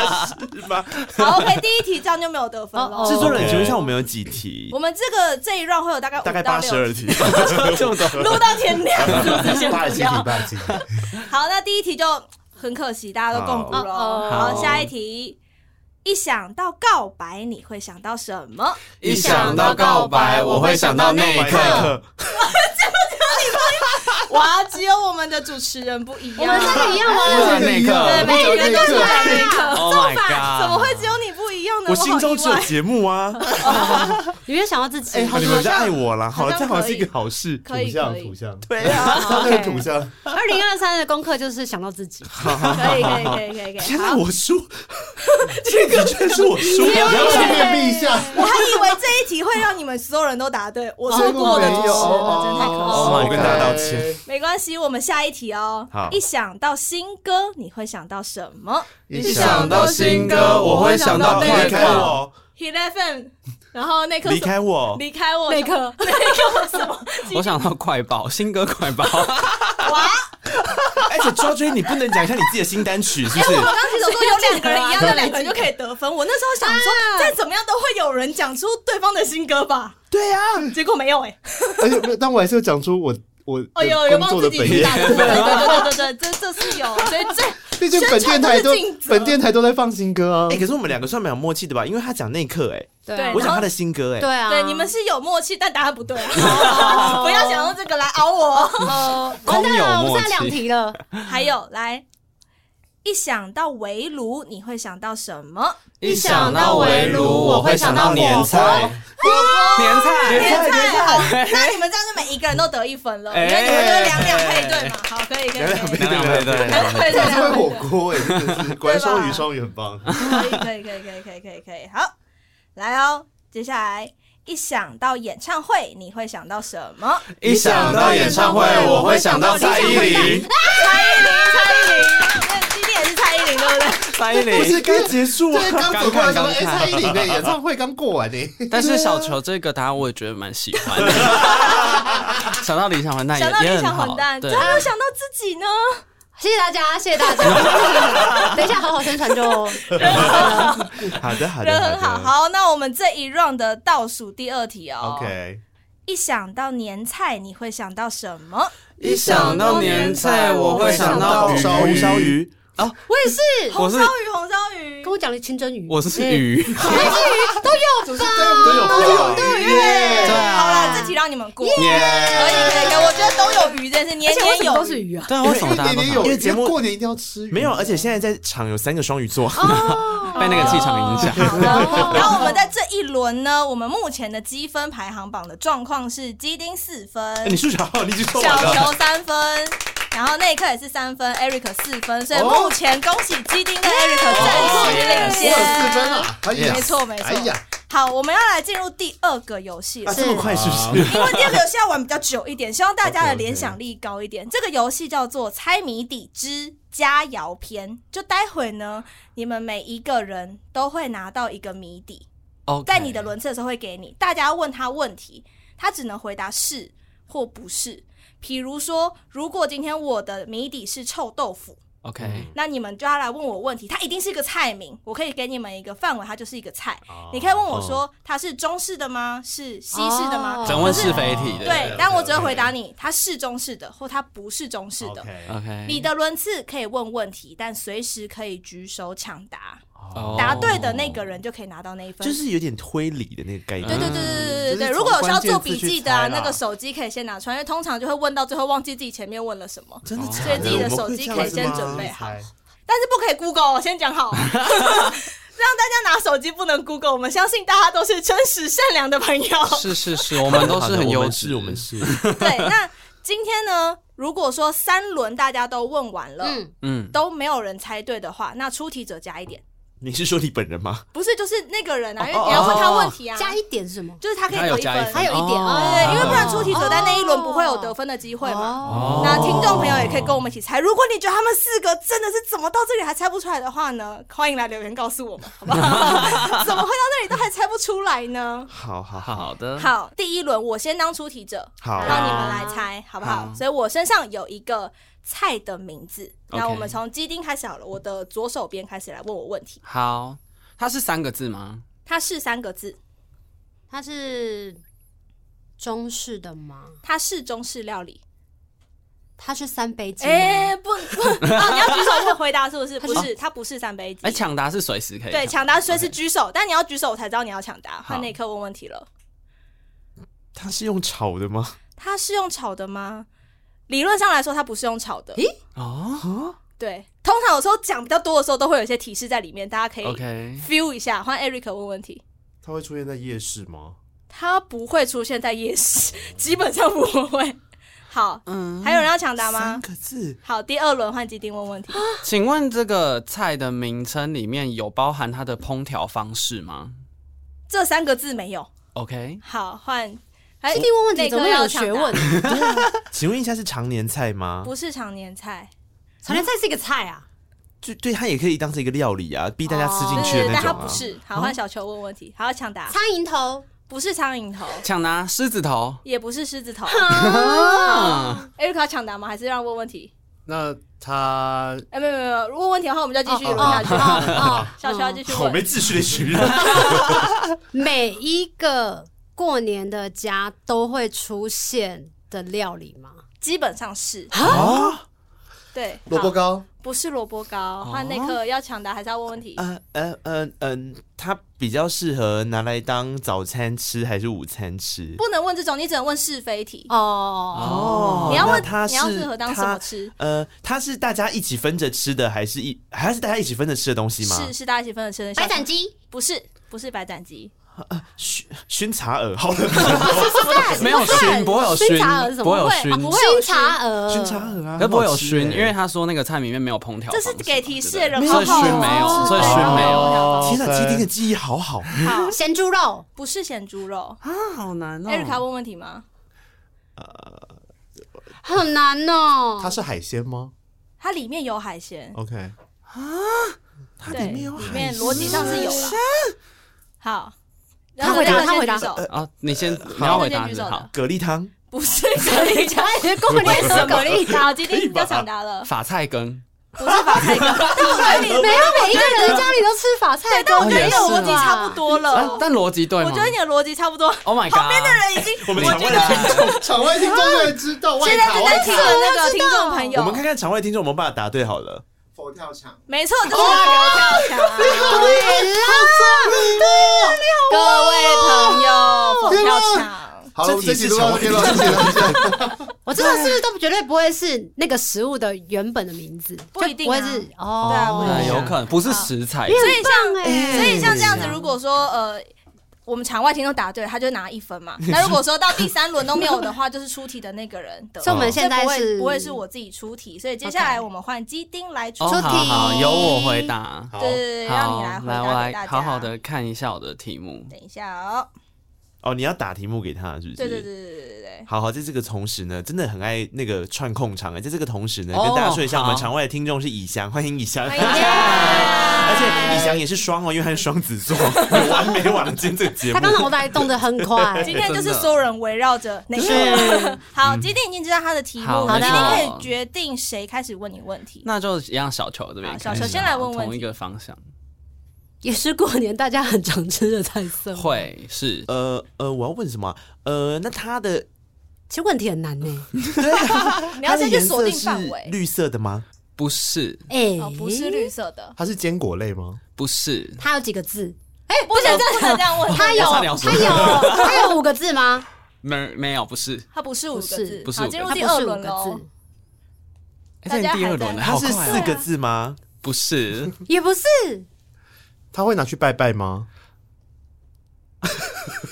S2: 好，OK，第一题这样就没有得分
S4: 哦
S2: 了。
S1: 制作人，请问一下，我们有几题
S2: 我？们这个这一 round 会有大概
S1: 大概
S2: 五到
S1: 八十
S2: 六
S1: 二题。
S5: 这么多，
S2: 录到天亮，是不是先
S3: 八十
S2: 不
S3: 七题，
S2: 要？
S3: 八十七题，
S2: 好，那第一题就很可惜，大家都共
S4: 好
S2: 鼓了。
S4: 好
S2: 好，下一题。一想到告白，你会想到什么？
S5: 一想到告白，我会想到那一刻。
S2: 哇，只有我们的主持人不一
S4: 我们
S2: 样，
S4: 三个 一样吗？
S5: 那一刻，
S2: 每个人都是那一刻，
S5: Oh my
S2: 怎么
S5: god！
S2: 会只有你不一样呢？
S1: 我
S2: 好
S1: 心中只有
S2: 意外
S1: 节目 啊！
S4: 你越想要自己，
S1: 哎，你们在爱我啦！好
S2: 好
S1: 了，
S2: 像
S1: 这好像是一个好事。
S2: 可
S3: 土
S2: 以
S3: 象，
S2: 可
S3: 土
S2: 以
S3: 象，
S1: 对啊，
S3: 他那个土象，
S4: 二零二三的功课就是想到自己，
S2: 可以可以可以可以可以可以。
S1: 天哪，我输！
S3: 的确是我输了，
S2: 啊
S3: 然后去面壁一下。
S2: 我还以为这一题会让你们所有人都答对，我错
S3: 结
S2: 过
S3: 果
S2: 的
S3: 没
S2: 只是
S3: 有，
S2: 了，真太可惜。
S3: 哦
S1: 我跟大家道歉。
S2: 没关系，我们下一题哦。
S1: 好
S2: 一想到新歌，你会想到什么
S3: 一
S5: 想到新歌，我会想到
S1: 离
S5: 那
S1: 开
S5: 个
S1: 我，
S2: ？Hit FM，然后那颗
S1: 离开我，
S2: 离开我
S4: 那刻
S5: 我想到快报，新歌快报，
S1: 而且周追，你不能讲一下你自己的新单曲是不是？
S2: 我刚才想说有两个人一样，那两个人就可以得分。我那时候想 说，再怎么样都会有人讲出对方的新歌吧？
S3: 对啊，
S2: 结果没有哎。
S3: 而且没有但我还是有讲出我我
S2: 哦，有有
S3: 工
S2: 帮
S3: 作
S2: 自
S3: 的
S2: 己
S3: 本
S2: 主
S3: 业
S2: 打，， 对对对对对，这这是有，所以这
S3: 毕竟本电台都
S2: 宣传都是尽责
S3: 本电台都在放新歌啊
S1: 哎、。可是我们两个算蛮有默契的吧？因为他讲那一刻、
S4: 对
S2: 对
S1: 哎，我
S2: 然后
S1: 讲他的新歌、哎，
S4: 对啊，
S2: 对你们是有默契，但答案 不对啊！不要想用这个来熬我。
S4: 哦，完蛋了，
S5: 空有默契
S4: 我们剩下两题了，
S2: 还有，来，一想到围炉，你会想到什么？
S5: 一
S4: 想到围炉我会想到
S1: 年菜，
S5: 年菜，
S2: 天菜好，那你们这样就每一个人都得一分了，因
S5: 哎
S2: 为你们就是两两配对嘛。好，可以，可以，可以，可以，
S5: 两两配对，
S2: 可以，
S3: 这是
S2: 可以
S3: 火锅哎，真的是果然双鱼双鱼很棒。
S2: 可以，可以，可以，可以，可以，可以，可以，好，来哦，接下来。一想到演唱会，你会想到什么？
S5: 一想到演唱会，我会想到蔡依林，
S2: 蔡依林，蔡依林，那今天也是蔡依林，对不对？
S5: 蔡依
S1: 不是
S5: 林。
S1: 该结束啊？
S3: 对，刚走过来想说，哎，
S5: 刚看
S3: 蔡依林的演唱会刚过完呢。
S5: 但是小球这个答案我也觉得蛮喜欢 的，想到理想混蛋
S2: 想到
S5: 也
S2: 理
S5: 也很
S2: 想
S5: 好
S2: 混，蛋，怎
S5: 对
S2: 么，没有想到自己呢？
S4: 谢谢大家，谢谢大 家，等一下好好宣传就。
S1: 好的，好的，
S2: 人很好。
S1: 的。
S2: 好，那我们这一 round 的倒数第二题哦。
S3: OK，
S2: 一想到年菜，你会想到什么？
S5: 一想到年菜，我会想到
S3: 红烧
S5: 鱼，
S3: 鱼
S1: 烧鱼，
S4: 我也是，
S5: 我
S2: 红
S5: 是
S2: 烧鱼，红烧鱼
S4: 跟。我讲的清蒸鱼，
S5: 我是鱼，
S3: 都有吧
S2: 都有鱼耶！
S5: 对啊
S2: 好啦，这题让你们过。可以
S5: 耶！
S2: 可以，可以我觉得都有鱼，真是
S4: 而
S2: 年
S4: 且为
S2: 年
S4: 什么
S2: 有
S4: 都是鱼啊？
S5: 对啊，为什么大家
S3: 因为
S5: 都
S3: 年年
S5: 想
S3: 有
S1: 因为
S3: 余，
S1: 节目
S3: 因为过年一定要吃鱼。
S1: 没有，而且现在在场有三个双鱼座，
S2: 哦
S5: 被那个气场影响？
S2: 然后我们在这一轮呢，我们目前的积分排行榜的状况是基丁四
S1: 哎 你
S2: 分，
S1: 数学好，你已经说
S2: 小
S1: 完了。
S2: 球三分。然后那一刻也是三分，Eric 四分，所以
S1: 哦
S2: 目前恭喜基丁跟 Eric 暂时领
S3: 我有
S2: 先。
S3: 四分啊！哎呀，
S2: 没错没错
S3: 哎呀，
S2: 好，我们要来进入第二个游戏了
S1: 啊，。这么快是不是？
S2: 因为第二个游戏要玩比较久一点，希望大家的联想力高一点。这个游戏叫做《猜谜底之佳肴篇》，就待会呢，你们每一个人都会拿到一个谜底，
S5: 哦，
S2: 在你的轮次的时候会给你，大家问他问题，他只能回答是或不是。比如说，如果今天我的谜底是臭豆腐，
S5: OK，
S2: 那你们就要来问我问题，它一定是一个菜名，我可以给你们一个范围，它就是一个菜。你可以问我说，它是中式的吗？是西式的吗？
S4: 哦
S5: 整问是非题的。
S2: 对，但我只会回答你，它是中式的或它不是中式的。
S5: OK，
S2: 你的轮次可以问问题，但随时可以举手抢答，
S5: 哦
S2: 答对的那个人就可以拿到那一分。
S1: 就是有点推理的那个概念。
S2: 对对对对对对对，
S1: 就是从
S2: 如果有需要做笔
S1: 关键字去
S2: 记的啊，
S1: 猜啦
S2: 那个手机可以先拿出来，因为通常就会问到最后忘记自己前面问了什么，
S1: 真的假
S2: 所以自己的
S1: 我们
S2: 手
S1: 会
S2: 机
S1: 这样
S2: 可以
S1: 子
S2: 先
S1: 吗
S2: 啊准备好，
S3: 猜
S2: 但是不可以 Google，哦先讲好。 让大家拿手机不能 Google，我们相信大家都是真实善良的朋友。
S5: 是是 是，我们都是
S1: 好
S5: 很优
S1: 的
S5: 质，
S1: 我们是我们是。
S2: 对，那今天呢，如果说三轮大家都问完了，
S4: 嗯，
S5: 嗯，
S2: 都没有人猜对的话，那出题者加一点，
S1: 你是说你本人吗？
S2: 不是就是那个人啊，因为
S5: 哦
S2: 你要问他问题啊，
S4: 加一点是什么？
S2: 就是他可以
S5: 他有
S2: 得一
S5: 加
S2: 分，
S5: 一
S4: 还
S5: 分
S4: 有一点
S5: 哦
S2: 对，因为不然
S5: 哦
S2: 出题者在那一轮不会有得分的机会嘛。
S4: 哦，
S2: 那听众朋友也可以跟我们一起猜，如果你觉得他们四个真的是怎么到这里还猜不出来的话呢，欢迎来留言告诉我们，好 不好？怎么会到这里都还猜不出来呢？
S1: 好好好，
S5: 好的，
S2: 好，第一轮我先当出题者，
S1: 好
S2: 让你们来猜，好不好？
S5: 好
S2: 所以我身上有一个菜的名字，那
S5: OK
S2: 我们从鸡丁开始好了。我的左手边开始来问我问题，
S5: 好，它是三个字吗？
S2: 它是三个字，
S4: 它是中式的吗？
S2: 它是中式料理。
S4: 它是三杯鸡吗？
S2: 哎、不不啊！你要举手才回答是不是？
S4: 它
S2: 不
S4: 是
S2: 是，它不是三杯鸡。
S5: 哎，抢哎答是随时可以，
S2: 对，抢答随时举手，但你要举手我才知道你要抢答。
S5: 好
S2: 换那一刻问问题了，
S1: 他是用炒的吗？
S2: 它是用炒的吗？理论上来说，它不是用炒的。咦？
S5: 哦
S2: 对，通常有时候讲比较多的时候，都会有一些提示在里面，大家可以
S5: ，OK，
S2: feel 一下。换 Eric 问问题，
S3: 它会出现在夜市吗？
S2: 它不会出现在夜市，基本上不会。 好，
S5: 嗯
S2: 还有人要抢答
S1: 三
S2: 吗？
S1: 个字，
S2: 好，第二轮换基丁问问题。
S5: 请问这个菜的名称里面有包含它的烹调方式吗
S2: 这三个字没有。
S5: ？OK，
S2: 好，换。哎，
S4: 基丁问问题
S2: 内
S4: 怎么
S2: 科
S4: 会
S2: 要
S4: 有
S2: 抢
S4: 学
S2: 答
S4: 问？
S1: 请问一下是常年菜吗？
S2: 不是常年菜，
S4: 炒年菜是一个菜 啊，
S1: 就对，它也可以当成一个料理啊，逼大家吃进
S2: 对
S1: 去
S2: 对
S1: 的那
S2: 对，但它
S1: 种啊
S2: 不。是。好，换小球问问题。好，要抢答，
S4: 苍蝇头。
S2: 不是苍蝇头，
S5: 抢答狮子头。
S2: 也不是狮子头。
S5: 啊，
S2: Eric 要抢答吗？还是让问问题？
S3: 那他
S2: 哎，没有没有没有，如果问题的话，我们就继续
S4: 哦
S2: 轮下去。
S4: 哦
S2: 小球要继续
S1: 好没
S2: 问。
S1: 秩序的群 人，
S4: 每一个过年的家都会出现的料理吗？
S2: 基本上是
S1: 啊哦
S2: 对
S3: 萝卜，
S2: 好
S3: 糕
S2: 不是萝卜糕。换内科要抢答还是要问问题？
S1: 呃呃呃嗯，它比较适合拿来当早餐吃还是午餐吃？
S2: 不能问这种，你只能问是非题。
S4: 哦，
S1: 哦
S2: 你要
S1: 那
S2: 问
S1: 它
S2: 你要
S1: 是
S2: 适合当什
S1: 它
S2: 么吃？
S1: 呃，它是大家一起分着吃的，还是一还是大家一起分着吃的东西吗？
S2: 是是大家一起分着吃的。小
S4: 白
S2: 球
S4: 斩鸡
S2: 不是不是白斩鸡，
S1: 熏熏茶耳， 好的，
S5: 没有熏，不会有
S4: 熏
S5: 熏
S4: 茶鹅，什
S5: 不
S4: 么
S5: 会有
S2: 会
S5: 熏
S2: 啊，不会有熏
S4: 熏茶鹅，
S1: 熏茶耳啊，
S5: 可不会有
S1: 很好吃
S5: 熏，
S1: 欸
S5: 因为他说那个菜里面没有烹调
S2: 这
S5: 方式
S2: 是
S5: 嘛，
S2: 给提示的人，
S5: 对
S2: 好
S5: 不对所以熏
S2: 好
S5: 没有，
S2: 哦
S5: 所以熏没有。
S2: 哦
S1: 天哪，
S3: 对
S1: 基丁的记忆好好，
S2: 好，哦
S4: 咸猪肉，
S2: 不是咸猪肉。
S5: 啊，好难
S2: 艾瑞卡问问题吗？
S4: 很难哦。
S1: 它是海鲜吗
S2: 它里面有海鲜，
S1: ？OK，
S2: 对，哦里面逻辑上是有了。好，
S4: 他回答
S2: 然后
S4: 他回答
S2: 先举手
S5: 啊！你先，你要回答
S2: 先举
S5: 是
S2: 手的
S5: 好。
S1: 蛤蜊汤，
S2: 不是蛤蜊
S4: 讲的过年什么？
S2: 好，今天要抢答了，
S5: 法菜羹，
S2: 不是法 菜羹，但我觉得你哦
S4: 没有每一个人的家里都吃法菜
S2: 但我
S4: 羹，
S2: 觉得
S5: 哦也
S2: 你的逻辑
S5: 是啊啦
S2: 差不多
S5: 啊
S2: 了。
S5: 但逻辑对
S2: 啊哦我
S5: 吗
S2: 觉得你的逻辑差不多，
S5: ？Oh my god！旁边的人
S2: 已经
S1: 我们
S2: 我
S1: 场
S2: 觉
S1: 外
S2: 得
S1: 的听众，
S3: 场外听众都会知道，外
S2: 现在
S3: 卡
S2: 正
S3: 外
S2: 在听的
S3: 卡，
S2: 那个听众朋
S1: 我们
S2: 友
S1: 看，看场外听众有没有办法答对好了。
S3: 佛跳墙，
S2: 没错，就是佛跳墙。各位朋友，佛跳墙。
S3: 好了，我们这集录到这边了，谢谢大家。
S4: 我知道是不是都绝对不会是那个食物的原本的名字，
S2: 不一定
S4: 就
S2: 啊
S4: 不会是
S2: 对啊不
S4: 哦
S2: 一，定
S5: 呃有可能不是食材，
S4: 所以像哎
S2: 所以像这样子，
S5: 嗯
S2: 如果说呃。我们场外听众答对了，他就拿一分嘛。那如果说到第三轮都没有的话，就是出题的那个人得。
S4: 所以我们
S2: 哦
S4: 现在
S2: 所以不
S4: 是
S2: 会不会是我自己出题，所以接下来我们换基丁来出
S5: 哦，
S2: 题，
S5: 好好，由我回答。
S2: 对对对，让你来
S5: 好，
S2: 回
S5: 来我
S2: 答给大
S5: 来
S2: 家。
S5: 好好，的看一下我的题目。
S2: 等一下哦。
S1: 哦，你要打题目给他，是不是？
S2: 对对对对对对对，
S1: 好好，在这个同时呢，真的很爱那个串控场哎、在这个同时呢，
S5: 哦
S1: 跟大家说一下，我
S5: 好
S1: 们场外的听众是以翔，欢迎以翔，
S2: 欢迎哎
S1: 而且以翔也是双哦，因为他是双子座， 有完没完了？今天这个节目
S4: 他，刚才我来动得很快，
S2: 今天就是所有人围绕着那个
S5: 是。
S2: 好，基丁已经知道他的题目
S5: 嗯好
S2: 了，
S5: 没
S2: 基
S5: 错
S2: 丁可以决定谁开始问你问题。
S5: 那就一样，小球这边
S2: 好
S5: 开始
S2: 小
S5: 好。
S2: 球先来问问
S5: 同一
S2: 题
S5: 个方向，
S4: 也是过年大家很常吃的菜色。，
S5: 会是
S1: 呃呃，我要问什么啊？呃，那它的
S4: 其实问题很 难呢。
S2: 你
S1: 它的
S2: 要先去
S1: 颜
S2: 锁
S1: 色
S2: 定
S1: 是
S2: 范围。
S1: 绿色的吗？
S5: 不是
S4: 哎
S2: 哦，，不是绿色的，
S3: 它是坚果类吗？
S5: 不是？
S4: 它有几个字？
S2: 哎，不能不能这样问，
S4: 它有
S5: 我差
S4: 它
S5: 点要
S4: 有
S5: 说
S2: 哦
S4: 它有五个字 吗？
S5: 没没有，不是。
S2: 它不是五个字，
S5: 不是
S2: 好，
S5: 不是五
S2: 进入
S5: 个字
S4: 它
S2: 第
S4: 不
S2: 二
S4: 是五
S2: 轮哦
S4: 个
S2: 喽。
S5: 哎，
S2: 大
S5: 这
S2: 家
S5: 是第
S2: 还
S5: 二
S2: 在
S5: 轮了，
S1: 它
S5: 好
S1: 是
S5: 快
S1: 四
S5: 哦！
S1: 个字吗？
S5: 不是，
S4: 字，也不是。
S3: 他会拿去拜拜吗？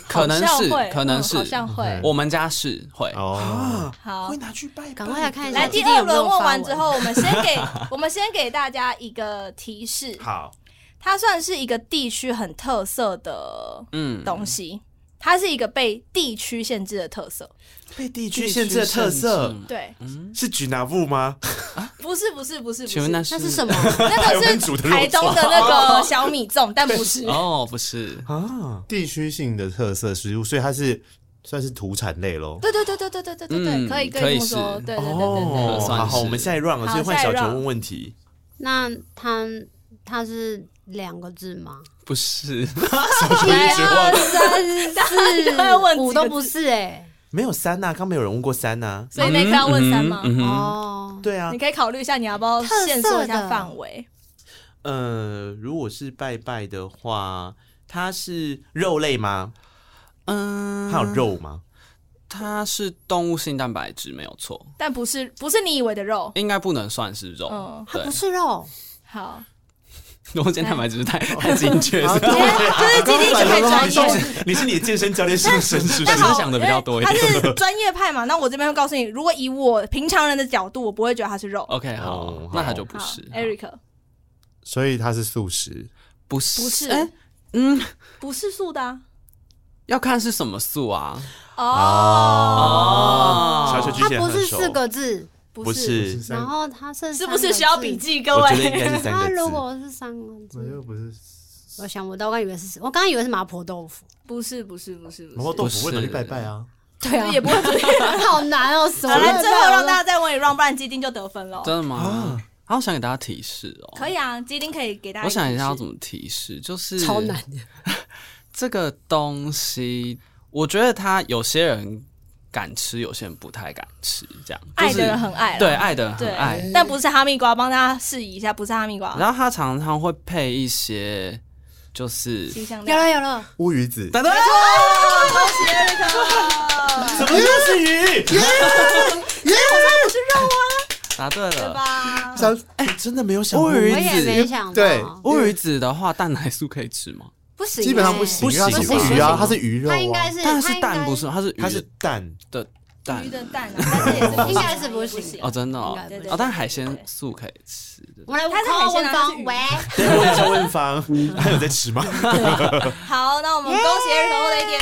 S5: 可能
S2: 好
S5: 是
S2: 像会，
S5: 可能
S2: 嗯
S5: 是
S2: 好，像会。
S5: 我们家是会。
S3: 哦，
S2: 好
S1: 哎会，拿去拜拜？
S4: 赶快来看一下
S2: 来
S4: 基
S2: 第
S4: 丁
S2: 二
S4: 有没有
S2: 轮
S4: 发文，
S2: 问完之后，我们先给 我们先给大家一个提示，
S1: 好，
S2: 它算是一个地区很特色的
S5: 嗯，
S2: 东西，它是一个被地区限制的特色。
S1: 被地区限制的特
S5: 地
S1: 色
S5: 区限制。
S2: 对，
S1: 是举拿布吗？
S2: 不是不是不是不
S5: 请问那
S2: 是，
S5: 是
S4: 那是什么？
S2: 那个是台东的那个小米粽，但不是。
S5: 哦，不是，
S1: 啊，
S3: 地区性的特色食物，所以它是算是土产类喽。
S2: 对对对对对对对对对，
S5: 嗯
S2: 可以
S5: 可
S2: 以
S5: 以
S2: 这么说，
S5: 是
S2: 对对对对对。
S1: 哦，
S5: 算
S1: 好好，
S5: 是
S1: 我们下一 round 了，
S2: 好
S1: 所以换小
S2: 下
S1: 球
S2: 一 round
S1: 问问题。
S4: 那它它是两个字吗？
S5: 不是，
S4: 一 二三
S2: 就会问几个
S4: 四五都不是哎。
S1: 没有三呐、啊刚没有人问过三呐、
S2: 所以那个要问三吗？
S5: 嗯哼
S4: 哦，
S1: 对啊
S2: 你，可以考虑一下，你要不要限缩一下范围？
S1: 呃，如果是拜拜的话，它是肉类吗？
S5: 嗯，
S1: 它有，肉吗？
S5: 它是动物性蛋白质，没有错，
S2: 但不是不是你以为的肉。
S5: 应该不能算是肉
S2: 嗯，
S5: 对
S4: 不，是肉，
S2: 好，
S5: 我健蛋白质太太精确，
S1: 啊
S5: 是吧
S2: 嗯哎就是今天太专业。
S1: 你是你的健身教练是不 是？是不
S5: 但
S1: 是
S5: 好想的比较多一点
S2: 因为他是专业派嘛，那我这边会告诉你，如果以我平常人的角度，我不会觉得它是肉。
S5: OK，好
S1: 哦，
S5: 那他就不
S2: 好
S5: 是
S2: ，Eric
S3: 所以它是素食。
S5: 不是
S2: 不是
S5: 哎嗯，
S2: 不是素的啊
S5: 要看是什么素啊。
S2: 哦，
S1: 小雪
S5: 哦，
S1: 举
S4: 它
S1: 起来
S4: 不
S1: 很
S4: 是
S1: 熟
S4: 四，个字，
S1: 不是，
S4: 然后它是
S2: 是不是需要笔？记？各
S1: 我觉得应
S2: 位，
S1: 该是三个
S4: 它
S1: 字。
S4: 如果是三个
S3: 我
S4: 字，
S3: 又不是
S4: 我想不到，我刚以为是，我刚以为是麻婆豆腐，
S2: 不是不是不是不
S3: 麻
S2: 是，
S3: 婆豆腐，
S5: 不
S3: 为什么去
S5: 是
S3: 拜拜啊？
S4: 对啊，
S2: 也不会。
S4: 好难哦，什么
S2: 好
S4: 都没有？
S2: 来，最后让大家再问一 round，不然基丁就得分了。
S5: 真的吗？啊，我想给大家提示哦。
S2: 可以啊，基丁可以给大家。
S5: 我想一下要怎。么提示，就是
S4: 超难的，
S5: 这个东西，我觉得它有些人敢吃，有些人不太敢吃，这样。就
S2: 爱
S5: 是、
S2: 的人很爱啦，
S5: 对爱的人很
S2: 对
S5: 爱，，
S2: 但不是哈密瓜，帮大家试一下，不是哈密瓜，
S5: 然后它常常会配一些，就是
S2: 新香
S4: 有
S2: 料。
S4: 了有了，
S3: 乌鱼子，
S5: 等等，
S2: 恭喜 Eric，
S1: 怎么又是鱼？
S5: 答对
S2: 对
S5: 了。
S2: 吧？
S3: 像真的没有想
S5: 乌
S3: 过，
S5: 鱼
S4: 我也没
S5: 子，
S4: 想到，
S3: 对
S5: 乌鱼子的话，蛋奶素可以吃吗？
S4: 不行欸，
S3: 基本上不行，
S1: 不
S3: 因为它
S1: 行
S3: 是鱼
S1: 吧
S3: 啊，它是鱼肉啊，
S4: 它应该是
S5: 但
S4: 它
S5: 是
S4: 应
S5: 蛋
S4: 该
S5: 不是，它是
S1: 它
S5: 鱼
S1: 是蛋，
S5: 的蛋
S2: 鱼的蛋啊，但是也是
S4: 应该是不行
S5: 哦，真的哦
S4: 应该不
S2: 是
S5: 哦，但海鲜素可以吃。对
S4: 我们来
S2: 它是海鲜啊它是
S4: 方
S2: 鱼
S4: 喂，
S1: 对，问一下问方，
S2: 嗯
S1: 还有在吃吗？
S2: 好，那我们恭喜 Eric 获得一点。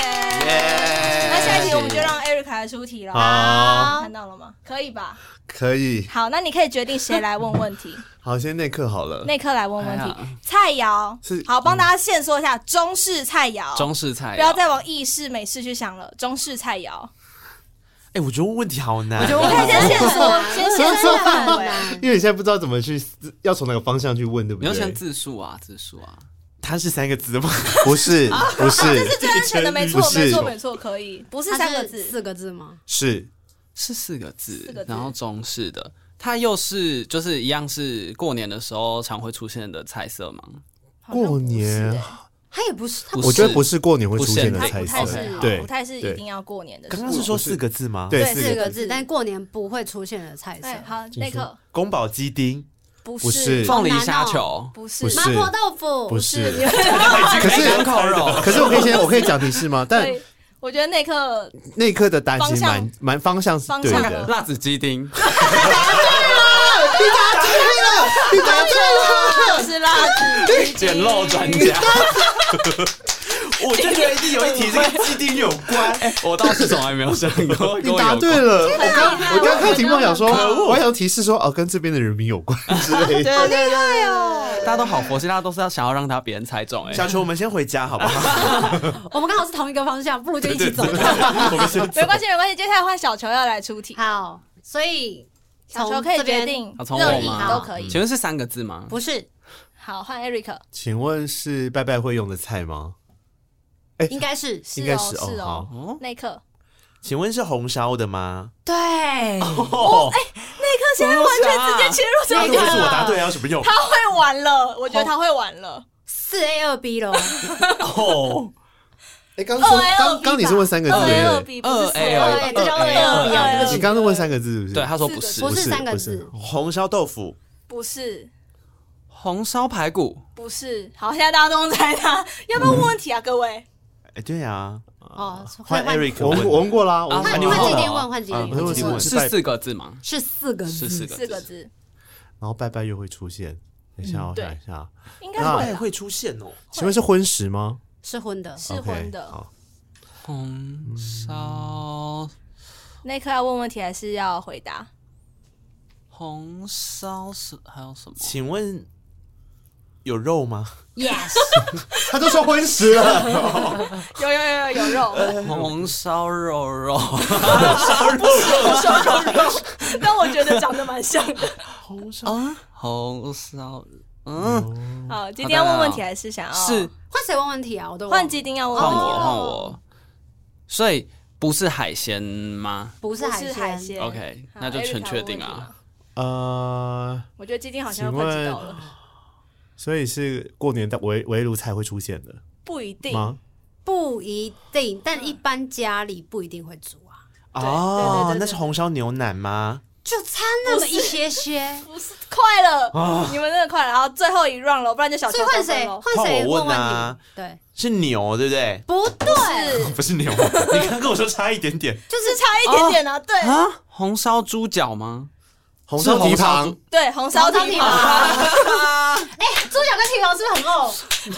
S2: 那下一题我们就让 Eric 来出题了。
S1: 好
S2: 看到了吗？可以吧？
S3: 可以。
S2: 好，那你可以决定谁来问问题，
S3: 好，先内克好了。
S2: 内科来问问
S5: 哎
S2: 题
S5: 呀。
S2: 菜肴
S3: 是
S2: 好，帮大家线索一下中式菜肴，
S5: 中式菜肴，
S2: 哦
S5: 哦
S2: 不要再往意式、美式去想了，中式菜肴。
S1: 哎，我觉得问题好难。哦
S2: 我看一下线 索，哦先线索范 围。
S3: 因为你现在不知道怎么去，要从哪个方向去问，对不
S5: 你
S3: 对
S5: 要？先自述啊，自述啊。
S1: 它是三个字 吗？
S3: 不是，
S2: 啊
S3: 不是，
S2: 最安全的，没错，
S3: 不是
S2: 没错，没错，可以，不是
S4: 它
S2: 三个字，
S4: 四个字吗？
S3: 是
S5: 是四个字，
S2: 四个字
S5: 然后中式的，它又是就是一样是过年的时候常会出现的菜色吗？
S3: 过年，
S4: 它也不是，它
S5: 不
S3: 我觉得不是过年会
S5: 不
S3: 出
S5: 是
S3: 现的
S2: 它
S3: 菜
S2: 不
S3: 色
S2: 太是，，哦
S3: 对
S2: 不太是一
S3: 对
S2: 定要过年的事
S1: 刚。刚是说四个字吗？
S3: 对
S2: 对
S4: 四
S3: 四
S4: 个
S3: 个
S4: 字，但过年不会出现的菜色
S2: 哎，。好，那个
S1: 宫保鸡丁，
S2: 不
S3: 不
S2: 是
S3: 是
S5: 凤梨
S2: 哦
S5: 虾球，
S2: 不
S3: 不
S2: 是
S3: 是
S4: 麻婆豆腐
S3: 不是。可
S5: 羊
S3: 是，
S5: 口肉，
S3: 可是我可以先，我可以讲提示吗？但
S2: 对，我觉得那 刻
S3: 内克的单其
S2: 方
S3: 实
S2: 向
S3: 蛮蛮方向是
S2: 方
S3: 对
S2: 向
S3: 的。
S5: 辣子鸡 丁，
S2: 不是辣子鸡丁
S5: 捡漏专家。
S1: 我就觉得一定有一题这跟鸡丁有 关。
S5: 哎， 我倒是从来没有想 过，
S3: 你答对。了，我刚
S2: 厉害
S3: 我刚看题目想说
S2: 可，
S3: 我还想提示说哦，跟这边的人民有关之类的。
S2: 对对对哦，
S5: 大家都好佛系，大家都是要想要让他别人猜中 哎、
S1: 小球，我们先回家好不 好？
S4: 我们刚好是同一个方向，不如就一起走。
S2: 没关系没关系，接下来换小球要来出题，
S4: 好，所以
S2: 小球
S4: 从
S2: 可以
S4: 这边
S2: 决定
S5: 啊从
S2: 任
S5: 我
S2: 意
S5: 吗？
S2: 都可以。
S5: 请问是三个字吗？
S4: 不是，
S2: 好，换 Eric，
S3: 请问是拜拜会用的菜吗？哎
S4: 应该是
S2: 是
S3: 应该
S2: 哦是
S3: 哦，
S2: 哦，
S3: 好，
S2: 那刻
S1: 请问是红烧的吗？
S4: 对，
S1: 哦，
S2: 那刻现在完全直接切入
S1: 那
S2: 这
S3: 哎
S1: 如果是我
S2: 个，
S1: 答对，还有什么用？
S2: 他会玩了，我觉得他会玩了。
S4: 四 A 二 B 咯。
S1: 哦，
S3: 哎，刚说
S2: 二 A 二 B
S3: 刚刚你是问三个字
S2: 二 A 二
S3: 对不对？
S2: B 不
S5: 二
S2: 是四
S5: A
S4: 而已
S5: 而已，
S4: 这叫二 A
S2: 二 B 啊对不
S3: 你
S2: 起
S3: 刚刚是问三个字是不是？
S5: 对，他说不是
S4: 不是
S3: 是
S4: 三个
S3: 不
S4: 字
S3: 是，
S1: 红烧豆腐，
S2: 不是
S5: 红烧排骨，
S2: 不是，好，现在大家都猜他，要不要问问题啊，各位？
S1: 哎，对啊，
S4: 哦，
S3: 哎
S1: 换 Eric
S3: 我问过我问过啦，我问
S5: 啊
S4: 换
S3: 过
S5: 你
S3: 啦
S5: 问
S4: 换
S5: 了
S4: 几点问，换几点
S3: 啊不
S4: 问
S3: 是，
S1: 问
S5: 是四个字吗？
S4: 是四个
S5: 是四
S4: 字，
S5: 个
S2: 四个
S5: 字，
S2: 字，
S3: 然后拜拜又会出现。等一下，
S4: 嗯
S3: 我想一下，啊
S2: 应该
S1: 那
S2: 会
S1: 也
S2: 啦
S1: 会出现哦。
S3: 请问是荤食吗？
S4: 是荤的，
S2: 是荤的
S3: OK，。好，
S5: 红烧
S2: 那刻要问问题还是要回答？
S5: 红烧是还有什么？
S1: 请问有肉吗？
S4: Yes，
S3: 他都说荤食了，
S2: 有有有有有肉，
S5: 红烧 肉肉，
S2: 但我觉得长得蛮像的。
S5: 红烧，嗯，
S2: 好，今天要问问题还是
S3: 嗯
S2: 想要
S5: 是
S4: 换谁问问题啊？我都忘了
S2: 换基丁要问
S5: 换
S2: 问题
S5: 我换
S2: 了，
S5: 我，所以不是海鲜吗
S4: 不是
S2: 不是海
S4: 海鲜，
S2: 鲜。
S5: ？OK，
S2: 好
S5: 那就
S2: Eric
S5: 全确定
S2: 要问问题
S5: 啊
S2: 了。。
S3: 呃，
S2: 我觉得基丁好像要快知道了，
S3: 所以是过年的围围炉菜会出现的
S2: 不一定。
S3: 吗？
S4: 不一定，但一般家里不一定会煮啊。
S2: 对对对
S1: 哦
S2: 对，
S1: 那是红烧牛腩吗？
S4: 就差那么一 些些。
S2: 不是快了，你们真的快了。然后最后一 round 了，不然就小球
S4: 所以换
S2: 得
S4: 谁？
S2: 分喽。
S4: 换谁
S1: 换我
S4: 问
S1: 问
S4: 问
S1: 啊
S4: 题？对，
S1: 是牛对不对？
S4: 不对，
S1: 不是牛， 你刚刚跟我说差一点点。
S2: 就是差一点点啊，对
S5: 啊，红烧猪脚吗？
S3: 红
S1: 烧
S3: 烧
S1: 蹄
S3: 蹄
S1: 膀
S3: 膀，
S2: 对，红烧
S4: 红烧
S2: 蹄
S4: 蹄
S2: 膀
S4: 膀，
S2: 哎，
S4: 猪脚跟蹄膀是不是很哦？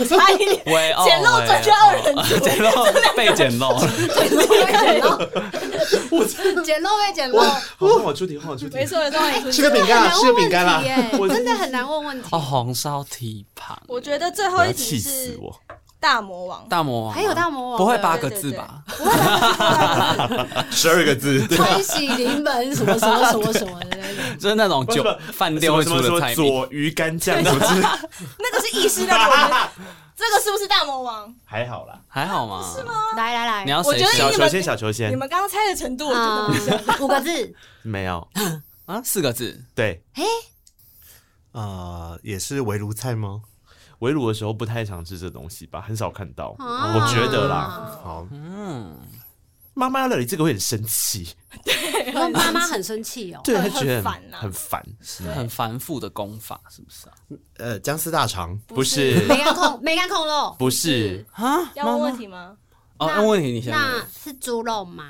S2: 差一点，
S5: 喂哦，
S2: 简陋转圈二人
S5: 组，简陋被简陋，
S4: 捡漏被捡漏，
S1: 换哦我出题，换我出题
S2: 没。哎错没错，你出
S3: 吃
S2: 去
S3: 个。饼
S4: 很
S3: 干啊，
S4: 难
S3: 吃个
S4: 问
S3: 饼
S4: 问题
S3: 干 啦。
S4: 耶
S1: 我，
S4: 真的很难问问题。
S5: 哦，红烧蹄膀，
S2: 我觉得最
S1: 我
S2: 后
S1: 要
S2: 一
S1: 气
S2: 题
S1: 死
S2: 是
S1: 我！
S2: 大魔王，
S5: 大魔王吗啊
S4: 还有大魔王
S5: 不会
S4: 对
S5: 八
S4: 对
S5: 个
S2: 对
S5: 字
S2: 对
S5: 吧？
S1: 十二个 字，
S4: 欢喜临门什么什么什么什么的那种。
S5: 就是那种酒饭店会
S1: 什
S5: 出
S1: 么什
S5: 的
S1: 么
S5: 菜名，
S1: 左鱼干酱，什么之类的
S2: 那个是意式那个我们，这个是不是大魔王？
S1: 还好啦。
S5: 还好吗？是吗？
S4: 来来来，
S5: 你要
S2: 我
S5: 谁
S2: 觉得
S5: 先
S1: 小
S2: 哎你
S1: 球
S2: 们
S1: 先，小球
S2: 你
S1: 先，
S2: 们刚刚猜的程度，我觉得
S4: 嗯
S2: 不像。，
S4: 五个字，
S1: 没有
S5: 啊？四个字，
S1: 对。
S3: 呃，也是围炉菜吗？
S1: 围炉的时候不太常吃这东西吧，很少看到，
S4: 啊
S1: 我觉得啦。
S3: 好，
S5: 嗯，
S1: 妈妈料理这个会很生气，
S4: 然后妈妈很生气哦。
S1: 对她
S2: 很
S1: 觉得
S2: 很烦啊
S1: 很烦，
S5: 是很繁复的功法，是不是啊？
S3: 呃，姜丝大肠，
S1: 不是
S4: 梅干控，梅干控肉，
S1: 不是
S5: 啊，
S2: 要问问题吗？
S5: 哦，
S4: 那
S5: 那问题你先问
S4: 那是猪肉吗？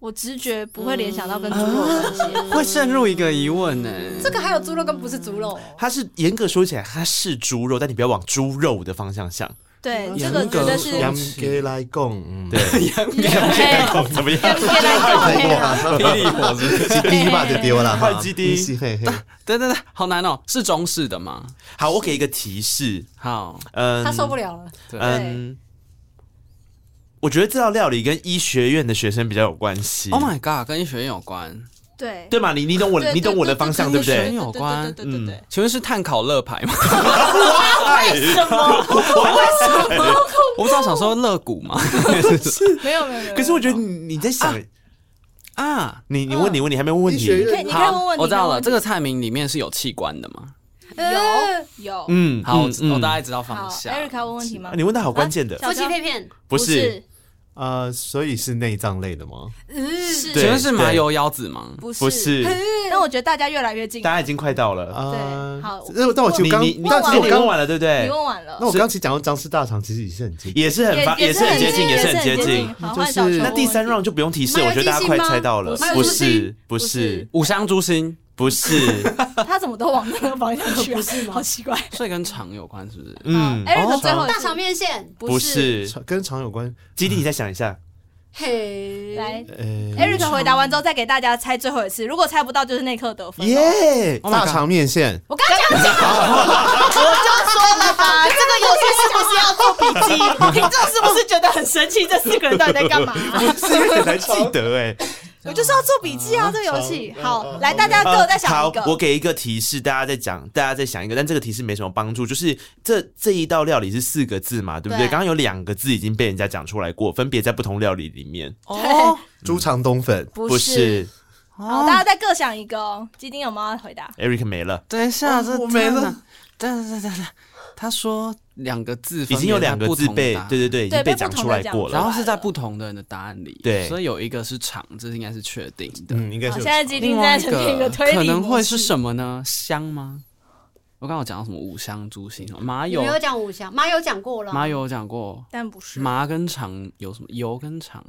S2: 我直觉不会联想到跟猪肉有关系。
S5: 会陷入一个疑问呢、
S4: 这个还有猪肉跟不是猪肉，
S1: 它是严格说起来，它是猪肉，但你不要往猪肉的方向想。
S2: 对，这
S5: 严
S2: 个觉
S5: 格
S2: 得是
S5: 说
S3: 杨给来供，嗯，
S1: 对，
S3: 哦
S2: 哎
S1: 怎么样？
S2: 别来
S3: 太
S2: 搞
S3: 过
S2: 我 啊！
S3: 了，
S5: 霹雳火是不是？
S3: 是第一把就丢了，
S1: 换基地
S3: 是嘿嘿，
S5: 对对对，好难哦，是中式的吗？
S1: 好，我给一个提示，
S5: 好，
S1: 嗯，
S4: 他受不了了。
S5: 对，
S1: 嗯，我觉得这道料理跟医学院的学生比较有关系。
S5: Oh my god，跟医学院有关？
S2: 对
S1: 对嘛，你你懂我，你懂我的方向，对不
S5: 跟医学院
S1: 对？
S5: 有关？
S2: 对对对对
S5: 请问是碳烤乐牌吗？
S2: 对，什么？
S5: 我不知道想说乐谷吗？
S2: 没有没有没有。
S1: 可是嗯我觉得你你在想，
S5: 啊，
S1: 你你问你问你还没问问
S3: 医学
S1: 题，
S2: 可以，
S3: 院
S2: 哎你可以问
S5: 好，
S2: 问题。
S5: 我知道了，这
S2: 个
S5: 个菜名里面是有器官的吗？
S4: 呃
S2: 有有。
S1: 嗯，
S5: 好，我
S1: 嗯
S5: 知我
S1: 嗯
S5: 大概知道方
S2: 好
S5: 向。
S2: ，Erica 问问题吗
S1: 啊？你问的好关键的，
S2: 小
S4: 夫妻肺片，
S1: 不
S2: 不
S1: 是，
S3: 呃，所以是内脏类的吗？
S4: 嗯
S2: 是
S1: 对
S5: 请问是麻油腰子吗？
S2: 不是
S1: 不是，啊
S2: 但我觉得大家越来越近
S1: 大。家已经快到了。
S3: 呃
S2: 好
S3: 那但我其
S1: 你
S3: 实刚，
S1: 你你
S3: 但
S2: 问
S3: 其
S1: 你
S2: 完
S3: 实我
S1: 问
S3: 刚，
S1: 完了，对不对
S2: 你？问完了
S3: 那，我刚其实讲到姜丝大肠，其实也是很接近。
S1: 也是很发，
S2: 也
S1: 是很接近，
S2: 也
S1: 也是很接
S2: 接
S1: 近。
S2: 好，
S3: 嗯就
S2: 换小
S3: 是
S2: 球
S1: 那第三 round 就不用提示，我觉得大家快猜到了
S4: 麻，
S1: 不
S4: 油鸡
S1: 是
S4: 心，
S1: 不是，
S5: 五香猪心，
S1: 不是，
S2: 他怎么都往那个方向去，不是吗？好奇怪。
S5: 所以跟肠有关是不是？
S1: 嗯，
S2: Eric 最后一
S4: 大
S2: 次
S4: 肠面线，
S1: 不是。
S3: 肠跟肠有关，
S1: 基地，你再想一下，
S4: 嘿，
S2: 来
S3: 呃，
S2: ，Eric 回答完之后再给大家猜最后一次，如果猜不到就是那刻得分。哦
S1: 耶，
S5: Oh my
S3: 大
S5: god
S3: 肠面线，
S4: 我刚刚讲
S2: 说了吧，这个游戏是不是要做笔记？听众是不是觉得很神奇？这四个人到底在干嘛？
S1: 很难记 得哎。
S2: 我就是要做笔记啊，这个游戏。好，来，大家各
S1: 呃
S2: 再想
S1: 好
S2: 一个，。
S1: 我给一个提示，大家再讲，大家再想一个，但这个提示没什么帮助。就是这这一道料理是四个字嘛，对不对？
S2: 对
S1: 刚刚有两个字已经被人家讲出来过，分别在不同料理里面。
S5: 哦
S3: 猪肠冬粉，
S1: 不是
S2: 好，大家再各想一个哦。基丁有没有要回答？
S1: ，Eric 没了，
S5: 等一下，
S1: 哦
S5: 这
S3: 我没了
S5: 天哪。等等等等，他说两个字，
S1: 已经有两个字被，对
S5: 对。
S1: 对对，已
S2: 对
S1: 经
S2: 被
S1: 被
S2: 不
S1: 讲
S2: 同
S1: 出
S2: 的
S1: 来
S2: 讲
S1: 过
S2: 出
S1: 了
S5: 然。后是在不同的人的答案里，
S1: 对
S5: 所以有一个是肠，这是应该是确定的。
S3: 嗯，应该
S2: 好，
S3: 是
S2: 哦现
S3: 有。
S2: 在基
S5: 另
S2: 丁在
S5: 外
S2: 呈现一个推理模式，
S5: 可能会是什么呢？香吗？我刚刚有讲到什么五香猪心什么麻
S4: 你
S5: 油
S4: 没，有讲五香，妈有讲过了，
S5: 麻油有讲过，
S2: 但不是。
S5: 麻跟肠有什么？油跟肠，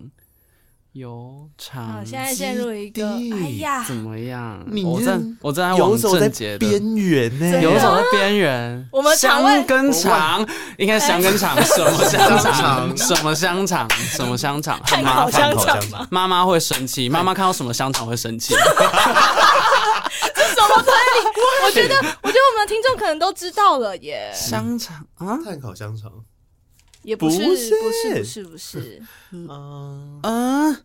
S5: 油肠啊
S2: 好，，啊现在陷入一个，
S3: 基丁
S2: 哎呀
S5: 怎，么样？
S1: 你
S5: 我
S1: 这
S5: 正我正在
S1: 游
S5: 往
S1: 走在
S5: 正解的，
S1: 边缘呢，
S5: 游走在边缘。
S2: 我们肠胃
S5: 香跟肠应该香跟肠，什么香肠？
S3: 肠
S5: 什么香肠？什么香肠？很麻
S2: 烤
S5: 烦。
S2: 香肠
S3: 吧，
S5: 妈妈会生气，妈妈看到什么香肠会生气。
S2: 什么推理？ 我觉得，我觉得我们的听众可能都知道了耶，
S5: 香肠啊，
S3: 碳烤香肠，
S2: 也不是，
S1: 不
S2: 不
S1: 是
S2: 是，不是，不是。
S3: 嗯，
S5: 嗯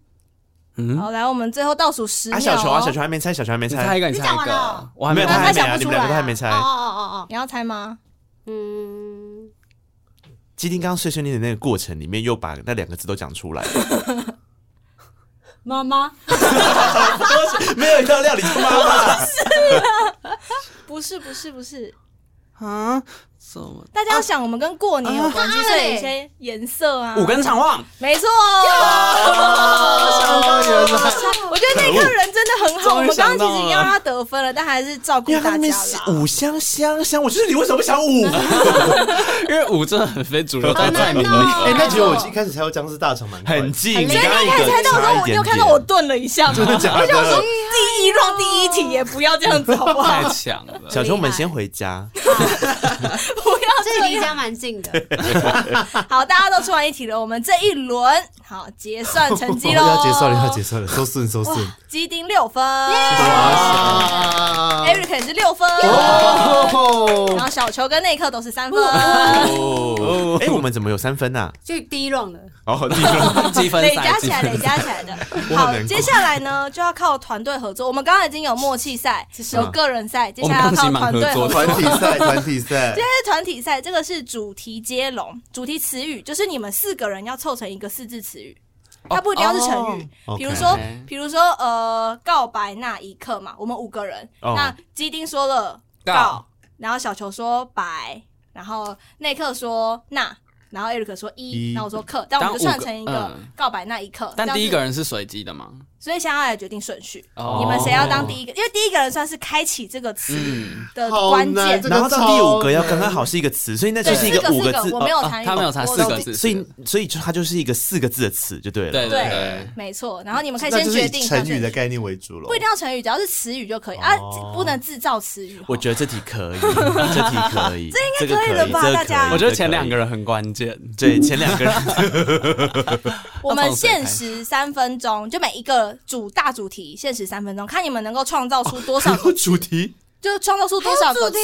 S5: 嗯，
S2: 好，来，我们最后倒数十秒。哦
S1: 啊，小球啊，小，球还没猜，小球还没
S5: 你猜
S1: 猜
S5: 一，个，你猜
S4: 讲
S5: 一
S4: 完
S5: 个
S4: 了，
S5: 我还
S1: 没有，
S2: 他
S1: 他还没
S2: 想
S1: 啊，
S2: 不
S1: 你
S2: 出
S1: 们两个都还
S2: 来啊
S1: 没猜
S4: 哦。哦哦哦哦，
S2: 你要猜吗？
S4: 嗯，
S1: 基丁刚刚碎碎念的那个过程里面，又把那两个字都讲 出来了，
S4: 妈妈，
S1: 没有一道料理叫妈妈。
S2: 不是，不是，不是。
S5: 啊，怎么？
S2: 大家要想，我们跟过年有关系，所以有一些颜色啊，
S5: 五根长旺，
S2: 没错。哦
S1: 想到原来
S2: 我觉得那颗人真的很好，我
S5: 终于
S2: 们刚
S5: 想到
S2: 刚其实已经让他得分了，但还是照顾
S1: 因为他
S2: 大
S1: 那
S2: 家
S1: 边
S2: 啦。
S1: 五香香香，我就是你为什么不想五？
S5: 因为五真的很非主流，在菜名
S4: 好
S5: 里
S4: 难 哦
S3: 哎、那觉得我一开始猜到僵尸大肠蛮快 的
S1: 很近，
S2: 所以
S1: 刚刚
S2: 哎你一
S1: 一
S2: 开
S1: 个
S2: 始猜到的时
S1: 差一
S2: 候，你
S1: 点
S2: 有看到
S1: 点啊
S2: 我顿了一下吗？我
S1: 假的
S2: 想说，嗯第一 round 第一题也不要这样子，好不好
S5: 太？强了。
S1: 小熊，我们先回 家。
S2: 不要
S4: 这
S2: 这
S4: 离
S2: 样。
S4: 家蛮近的，
S2: 好，大家都出完一题了，我们这一轮好结算成绩 喽。
S3: 哦要结算了，要结算了，收顺收顺。
S2: 基丁六分
S3: 哇
S2: ，Eric 也是六分，然
S3: 哦，
S2: 后小球跟内克都是三分。
S1: 哦，哎，我们怎么有三分 呐？
S4: 就第一 round 了。
S1: 哦，你 说
S5: 积分
S2: 累
S5: 赛
S2: 加起来，
S5: 积
S2: 累
S5: 分赛
S2: 加起来的。好，接下来呢就要靠团队合作。我们刚刚已经有默契赛，有个人赛，接
S5: 我
S2: 下来
S5: 们
S2: 要
S5: 刚
S2: 靠
S5: 刚蛮
S2: 团
S5: 合
S2: 队合
S5: 作
S2: 作。
S3: 团体赛，团体赛
S2: 这，是团体赛，这个是主题接龙，主题词语就是你们四个人要凑成一个四字词语，它不一定要是成语。
S3: 哦
S2: 比如说
S5: 哦 OK，
S2: 比如说呃，告白那一刻嘛，我们五个人，
S1: 哦
S2: 那基丁说了
S5: 告
S2: 告，然后小球说白，然后内克说那。然后艾瑞克说一，
S3: 一
S2: 那我说克，但我们就
S5: 当
S2: 算
S5: 五个
S2: 成一个
S5: 嗯
S2: 告白那一刻。
S5: 但
S2: 这样
S5: 第一
S2: 子
S5: 个人是随机的嘛？
S2: 所以现在来决定顺序，
S5: 哦
S2: 你们谁要当第一个？因为第一个人算是开启这个词
S5: 嗯
S2: 的
S3: 好
S2: 关
S3: 难
S2: 键
S3: 这。个
S1: 然后到第五个要
S3: 超
S1: 刚刚好是一个词，所以那就
S2: 对，
S1: 是一
S2: 四个
S1: 五
S2: 四
S1: 字。
S2: 个，我没有
S1: 哦
S2: 参与，
S5: 他没有才
S2: 我
S5: 四
S2: 我
S5: 个字，
S1: 所以所以就它就是一个四个字的词就对了。
S5: 对
S2: 对
S5: 对，
S2: 没错。然后你们可以
S3: 那
S2: 先
S3: 就是
S2: 决
S3: 以
S2: 定
S3: 成语
S2: 上
S3: 的
S2: 去
S3: 概念为主了
S2: 不。一定要成语，只要是词语就可以啊，不能制造词语。
S1: 我觉得这题 可以，这题可以，这应该
S2: 可以了吧大家
S5: 我觉得前两个人很关键。
S1: 对前两个人
S2: 我们限时三分钟，就每一个主大主题限时三分钟，看你们能够创造出多少 个，
S1: 主题
S2: 就是创造出多少个词，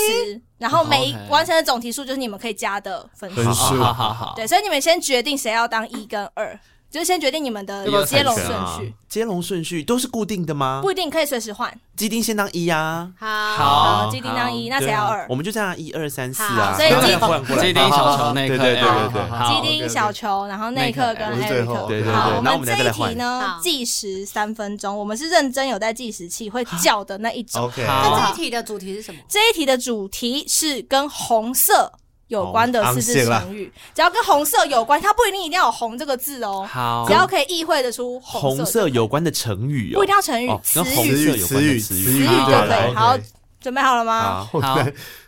S2: 然后每一
S5: OK
S2: 完成的总题数就是你们可以加的分数。
S5: 好好好好，
S2: 对，所以你们先决定谁要当一跟二，就是先决定你们的
S5: 有没有
S2: 接龙
S5: 参
S2: 顺
S5: 选
S2: 序，
S1: 啊接龙顺序都是固定的吗
S2: 不？一定可以随时换。
S1: 基丁先当一啊，
S4: 好，
S2: 好，
S5: 好，
S2: 基丁当一，那谁
S1: 对啊
S2: 要二
S1: 我？们就这样一二三四啊，
S2: 好所以基
S1: 然后换过来
S5: 基丁小球那一
S1: 对
S5: 刻，
S1: 对对对对
S5: 哎
S1: 对
S5: 好
S2: 基丁、小球，然后内克跟
S3: 我是最
S2: Eric
S3: 后。
S1: 对对对
S2: 好，我
S1: 那我
S2: 们
S1: 们
S2: 这
S1: 两个
S2: 一
S1: 来换
S2: 题呢
S4: 好，
S2: 计时三分钟，我们是认真有带计时器，会叫的那一种。
S3: OK，
S5: 好
S4: 那这一题的主题是什么？
S2: 这一题的主题是跟红色有关的四字成语，只要跟红色有关，它不一定一定要有“红”这个字哦，
S5: 好
S2: 只，要可以意会得出
S1: 红
S2: 色
S1: 色
S2: 就可以，
S1: 有关的成语哦，
S2: 不一定要成语
S1: 哦，
S2: 词
S1: 那红
S2: 语。
S1: 色有关的
S3: 词
S1: 词
S3: 语
S1: 语
S2: 词语
S5: 好
S2: 就可以。
S3: 好
S2: 好
S3: OK，
S2: 准备好了吗？
S1: 好，
S5: 好，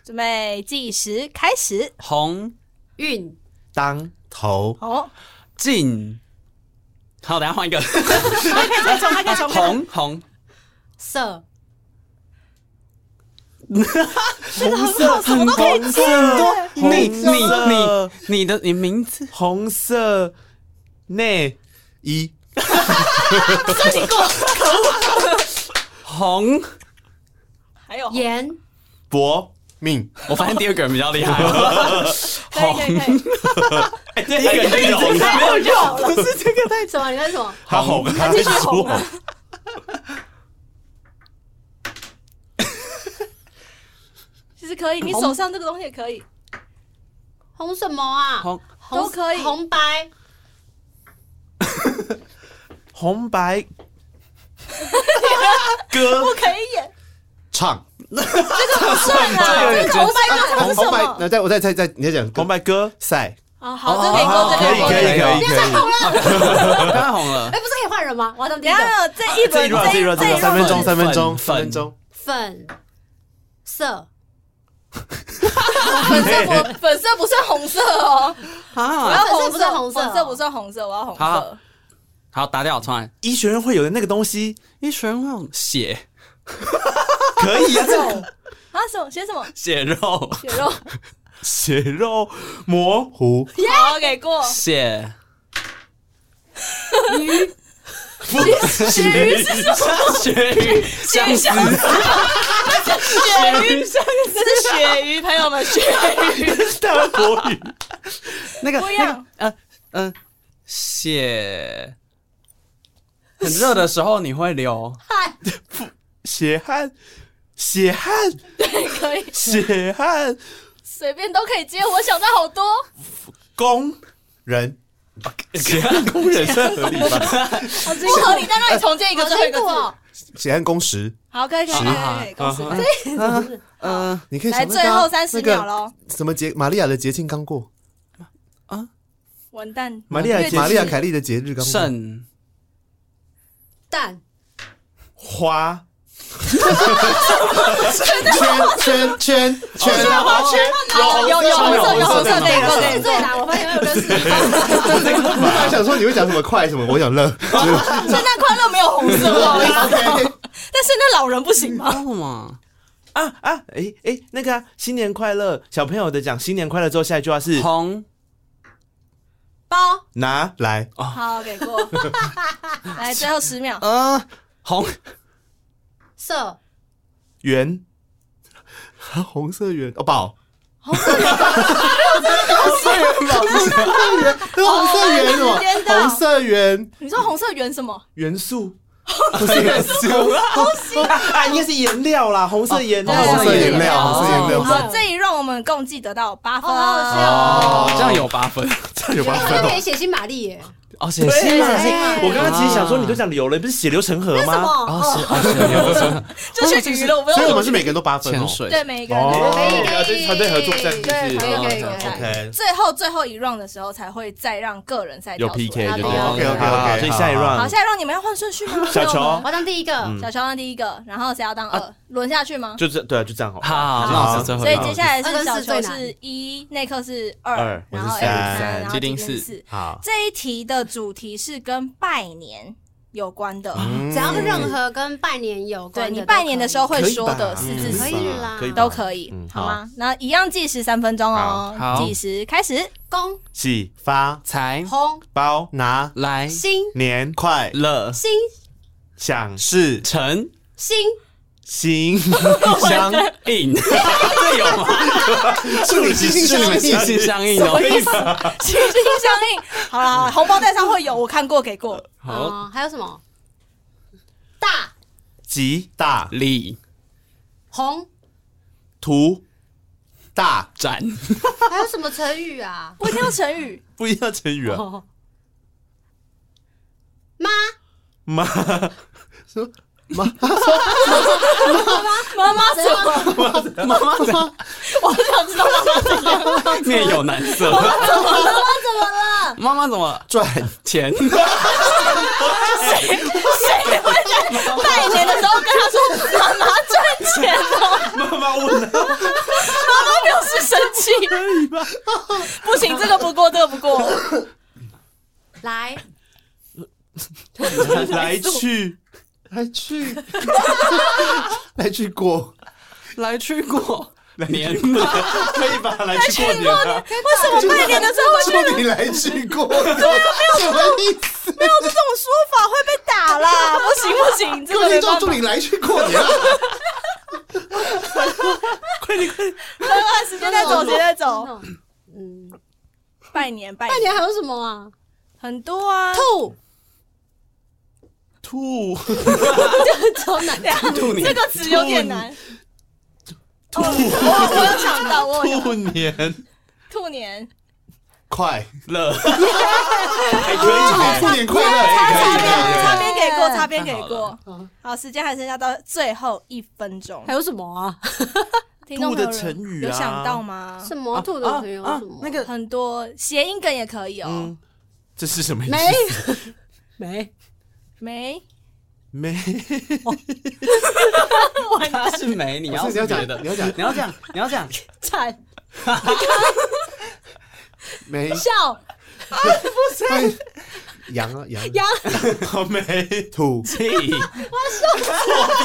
S2: 准备计时开始。
S5: 红
S4: 运
S1: 当
S3: 头
S2: 哦，
S5: 进，好，等一下 换一个，
S2: 还可以哎再重，还可以重。
S5: 红红
S4: 色
S2: 这个很好，什么都可以接。
S5: 你你
S1: 红色
S5: 你你的你名字
S1: 红色内
S3: 一
S5: 红，
S2: 还有红
S4: 言
S3: 搏命，
S5: 我发现第二个人比较厉 害，
S2: 可以可以可以，
S5: 哎第一个人就是 红，
S2: 还有肉了，
S4: 什么？你看什么？
S3: 他红，
S2: 他继续红了。其实可以，你手上这个东西也可以，
S4: 红什么啊？
S5: 红
S4: 红
S2: 都可以
S4: 红白哎
S1: 红白 歌
S2: 不可以演，
S3: 唱
S2: 不算啦。这个红白歌
S3: 红
S2: 是什
S3: 红白
S2: 么？
S3: 那再我再再再，你要讲
S1: 红白歌
S3: 赛，
S2: 啊，好，这可以过，这
S1: 可以
S2: 过。
S1: 可以可以可以，
S5: 太红了，
S4: 哎，不是可以换人吗？我要当第
S2: 等
S4: 一
S2: 一下，
S4: 个。
S2: 这一轮这一轮这一
S3: 三
S2: 轮
S3: 分钟三分钟
S5: 粉
S3: 三分钟，
S4: 粉色
S2: 粉色不粉色不算红色哦，我
S5: 啊，
S2: 要红
S4: 粉色不算红色哦
S2: 粉色不算红色，我要红
S5: 好
S2: 色。
S5: 好打掉，重来，
S1: 医学院会有的那个东西，
S5: 一拳会血
S1: 可以啊，这
S2: 啊，什么写什么
S5: 血肉
S2: 血肉？
S1: 血肉模糊，
S2: 好，给过。
S5: 血
S2: 血鱼是
S5: 血鱼相思，
S2: 血鱼，这是鳕鱼，朋友们，鳕鱼
S1: 台湾国语，
S5: 那个
S2: 不一
S5: 那个
S2: 样
S5: 呃呃血。很热的时候你会流
S1: 血汗，血汗，
S2: 可以
S1: 血汗
S2: 随便都可以接，我想到好多。
S1: 工，
S3: 人
S1: 血汗工人算合理吧？
S2: 不合理，再让你重建一个
S4: 好
S2: 最后一
S4: 辛
S2: 个
S4: 苦
S2: 字
S4: 哦。，
S3: 结案工时，
S2: 好，可以可以可以可以，公司
S5: 嗯，
S3: 你可以
S2: 来
S3: 想那个啊
S2: 最后30
S3: 那个
S2: 秒咯
S3: 什么节？玛利亚的节庆刚过，
S2: 完蛋，
S3: 玛利亚
S2: 因为
S3: 玛利亚凯莉的节日刚过，
S5: 圣
S4: 蛋
S3: 花圈圈圈圈花圈，
S2: 有有红色有红色那个
S4: 是
S2: 对
S4: 最难，我发现我认识。
S3: 我本来想说你会讲什么快什么，我想 乐。
S2: 圣诞快乐没有红色，不 好意思。但圣诞老人不行吗？
S5: 什么？
S1: 啊啊！哎哎，那个啊，新年快乐！小朋友的讲新年快乐之后，下一句话是
S5: 红
S2: 包
S1: 拿
S3: 来，
S2: 好给 过，来最后十秒，
S3: 啊
S1: 啊
S5: 呃红
S4: 色
S1: 圆
S3: 红色圆哦宝， 红色圆
S2: 哦我
S3: 宝
S2: 也是
S3: 是
S2: 觉得
S3: 红色圆
S2: 你说红色圆什么？
S1: 元素
S3: 红色圆，不是元素，
S1: 啊，应该是颜料啦，红色颜料，
S3: 哦红色颜料
S2: 哦
S3: 红色颜料
S2: 好，这一让我们共计得到八分。
S4: 哦，
S5: 这样有八分
S3: 这有八
S4: 那他
S3: 分
S4: 就可
S3: 哦。
S4: 以写信玛丽耶，
S5: 哦，写
S1: 对
S5: 信
S1: 写信我刚刚其实想
S3: 啊
S1: 说，你都讲流了，不是血流成河吗？
S5: 哦，写哦写流程
S2: 就是娱乐，不
S3: 所以我
S2: 用
S3: 们是每个人都八分哦
S5: 潜。水
S2: 对每一个人都。
S3: 哦，
S4: 可以
S3: 这是团队合作战，是不
S4: 对，
S3: 是
S4: 可以可以可以。
S3: ？OK，
S2: 最后最后一 round 的时候才会再让个人赛
S1: 有
S2: 跳出来
S1: PK 就对
S4: 好
S1: 了。
S4: ，OK，OK，OK，
S1: 好所以下一
S3: 好好
S2: 好，
S1: round
S2: 下一 round 你们要换顺序吗？
S1: 小球
S2: 没有
S4: 我
S2: 吗
S4: 当第一
S5: 嗯
S4: 个，
S2: 小球当第一个，然后谁要当二？轮下去吗？
S1: 就是对啊，就这样好了。
S5: 好，那我是最后
S2: 所
S5: 一
S2: 以
S5: 个
S2: 接下来
S4: 二
S2: 是
S4: 跟
S2: 小
S4: 四最
S2: 球
S4: 难
S2: 是一，内克是
S1: 二
S2: 二，然后
S3: 我
S2: A
S3: 是三
S2: 三，然后
S5: 吉林
S2: 吉林
S5: 四
S2: 四。
S3: 好，
S2: 这一题的主题是跟拜年有关的，
S4: 只要是任何跟拜年有关
S2: 对
S4: 的，
S2: 你拜年的时候会
S3: 可以
S2: 说的
S3: 吧
S2: 四
S3: 嗯
S2: 字
S4: 可
S2: 词
S4: 以啦，
S1: 可以吧
S2: 都可以，好吗？那一样计时三分钟哦
S5: 好，好
S2: 计时开始。
S4: 公
S1: 喜
S3: 发
S5: 才
S4: 红
S1: 包
S3: 拿
S5: 来
S4: 心
S3: 年快
S5: 了
S4: 心
S1: 想
S3: 是
S5: 成
S4: 心
S3: 行，
S5: 相应，这有吗？
S3: 是你心
S5: 是你们心心相印哦。
S2: 心心相印。好啦，好啦红包袋上会有，我看过给过。
S5: 好，
S4: 哦，还有什么大
S3: 吉大
S5: 李
S4: 红，
S3: 图大
S5: 展
S4: 还有什么成语啊？
S2: 不一定要成语，
S1: 不一样成语啊，
S4: 妈
S1: 妈
S2: 妈妈什么？
S5: 妈妈怎么
S2: 我很想知道妈妈怎么了，
S5: 面有难色？
S2: 怎么了？
S5: 妈妈怎么
S3: 赚
S5: 钱？
S2: 谁会在拜年的时候跟他说妈妈赚钱哦？
S1: 妈妈问了，
S2: 妈妈表示生气。不行，这个不过，这个不过。
S4: 来
S1: 来去
S3: 来去来去过，
S5: 来去过年
S1: 可以吧？来去过年啊，
S2: 为什么拜年的时候会
S3: 说你来去过，什么意思？
S2: 没有这种说法会被打啦？不行不行，这个
S3: 各
S2: 没
S3: 位
S2: 办
S3: 就
S2: 法
S3: 祝。你来去过年啊，
S2: 等会时间再走，时间再走。
S4: 那种嗯，
S2: 拜年拜
S4: 拜
S2: 年
S4: 年还有什么啊？
S2: 很多啊，
S4: 兔，
S1: 兔
S4: 超难，
S5: 兔年
S2: 这个词有点难。兔，我我有想到，我有
S1: 兔年
S2: 兔年。
S3: 快
S1: 了，
S3: 还可以，过年快
S2: 擦边，
S3: 乐，
S2: 擦边给过，擦边给过。好，时间还剩下到最后一分钟
S4: 还。有什么啊？
S2: 听众朋友
S1: 兔的成语啊
S2: 有想到吗？
S4: 什么兔的朋友什么？
S2: 那个很多谐音梗也可以哦。
S1: 这是什么意思？
S4: 没没，
S2: 没，
S1: 没
S5: 他是没，你要
S3: 不是你要讲
S5: 别的，
S3: 你要讲
S5: 你要讲，你要讲，
S4: 惨
S3: 没
S4: 笑
S3: 羊啊羊
S4: 羊，
S1: 好没，
S3: 土
S5: 屁，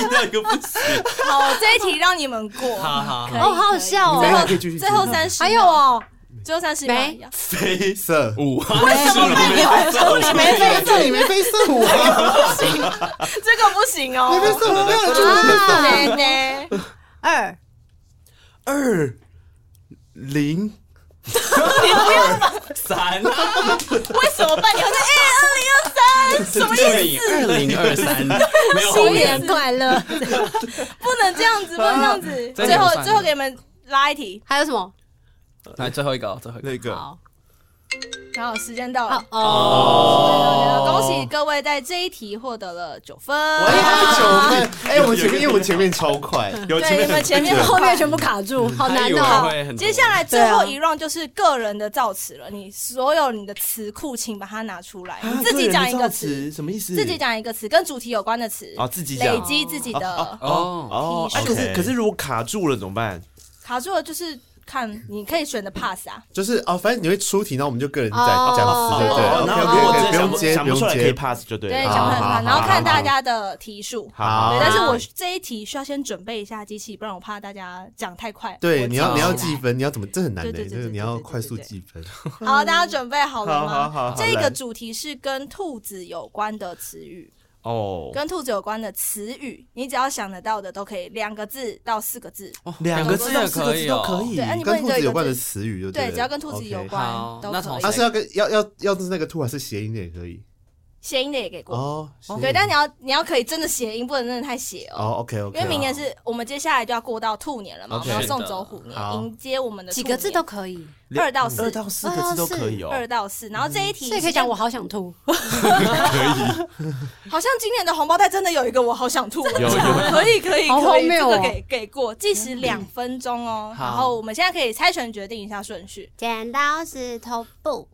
S1: 那个不行，
S2: 好，这一题让你们过。
S5: 好好
S2: 可以
S5: 好，
S4: 哦，好好笑
S3: 没有
S4: 哦。
S3: 还可以继续
S2: 最后三十，
S4: 还有，哦，
S2: 最后三十
S4: 没
S2: 秒。
S3: 飞色
S5: 五，
S2: 为什么没有？你没飞，
S3: 这里没飞色舞啊，
S2: 这个不行哦
S3: 没。飞色舞，没有人祝你飞色
S4: 啊
S2: 对
S3: 舞。
S2: 对，
S4: 二
S1: 二零
S5: 三，
S2: 为什么半年在哎二零二三？什么意
S5: 二
S2: 思？
S5: 零二零二三，没有
S4: 新年快乐，
S2: 不能这样子，不能这样子。
S5: 这
S2: 最后
S5: 也不算
S2: 最后给你们拉一题，
S4: 还有什么？
S5: 来最后一个哦，最后一个
S1: 那个
S4: 好，
S2: 然后时间到了
S4: 哦，哦，
S2: 恭喜各位在这一题获得了九分。
S3: 九分，哎，我前面因为我前面超快，
S6: 有前
S2: 对，
S6: 面
S2: 你们前面
S4: 后面全部卡住，好
S5: 还
S4: 难
S5: 以为
S4: 哦。
S5: 哎会很多
S2: 接下来最后一 round 就是个人的造词了，你所有你的词库请把它拿出来，
S1: 啊
S2: 你自己讲一个词，
S3: 词，什么意思？
S2: 自己讲一个词，跟主题有关的词，
S1: 啊，自己
S2: 累
S1: 讲
S2: 积自己的。
S5: 哦，
S1: 哦。哎，可
S2: 提
S1: 是
S6: 示
S1: 可是如果卡住了怎么办？
S2: 卡住了就是看你可以选的 pass 啊，
S3: 就是哦，反正你会出题，然后我们就个人讲
S4: 哦
S3: 讲词，对不对
S4: 哦
S1: 哦，然后
S4: 不
S1: 如
S4: 用
S1: 果
S4: 不
S1: 真的
S3: ，OK，OK，
S4: 用
S3: 不
S1: 想
S3: 用
S1: 不
S3: 接，
S1: 想不
S3: 不用
S1: 出来可以
S3: 接，
S1: pass 就对
S2: 对，
S1: 了。
S2: 想看
S3: 好好
S2: 看，然后
S3: 好
S2: 看
S3: 好
S2: 大
S3: 好
S2: 家的题数。
S1: 好
S2: 对，但是
S4: 好
S2: 我这一题需要先准备一下机器，不然我怕大家讲太快。
S3: 对，
S2: 我
S3: 你
S2: 记
S3: 要你
S2: 不起
S3: 要
S2: 来
S3: 计分，你要怎么？这很难的，
S2: 对对对
S3: 这个
S2: 对
S3: 你
S2: 对
S3: 要
S2: 对对
S3: 快速
S2: 对对
S3: 计 分。
S2: 好，大家准备好了吗？
S3: 好好好
S2: 嗯
S3: 好
S2: 这
S3: 来
S2: 个主题是跟兔子有关的词语，
S1: 哦，
S2: 跟兔子有关的词语，你只要想得到的都可以，两个字到四个字。
S5: 哦
S1: 两
S2: 个
S1: 个
S2: 字
S1: 字
S5: 也
S1: 到四
S5: 可
S1: 个
S5: 以
S1: 字
S5: 哦
S1: 都可以
S2: 对，啊，你不
S3: 跟
S2: 能
S3: 兔
S2: 只有
S3: 子
S2: 一
S3: 有
S2: 个
S3: 关的
S2: 字。
S3: 词语就
S2: 对，
S3: 了
S2: 只要跟兔子有
S3: OK
S2: 关
S5: 好
S2: 都
S5: 那
S2: 可
S5: 从
S3: 它
S2: 以。
S3: 是要跟要要要是那个兔啊还是谐音的也可以
S2: 谐音的也给过，
S3: 哦。谐音
S2: 对，但你要你要可以真的谐音，不能真的太邪
S3: 哦
S2: 哦。
S3: ，OK OK，
S2: 因为明年是我们接下来就要过到兔年了嘛，我
S3: OK
S2: 们要送走虎年，
S3: 好
S2: 迎接我们的兔
S4: 几个字
S2: 年
S4: 都可以，
S2: 二到四
S1: 二到四个字都可以哦。
S2: 二到四，然后这一题
S4: 嗯所以可以
S2: 是跟
S4: 讲我好想吐。
S2: 好像今年的红包袋真的有一个，我好想吐。
S1: 有有
S2: 可以可以
S4: 好
S2: 可以，
S4: 荒
S2: 这
S4: 谬
S2: 个
S4: 哦嗯
S2: 给给过，计时两分钟哦。
S5: 好
S2: 然后我们现在可以猜拳决定一下顺序。
S7: 剪刀石头布。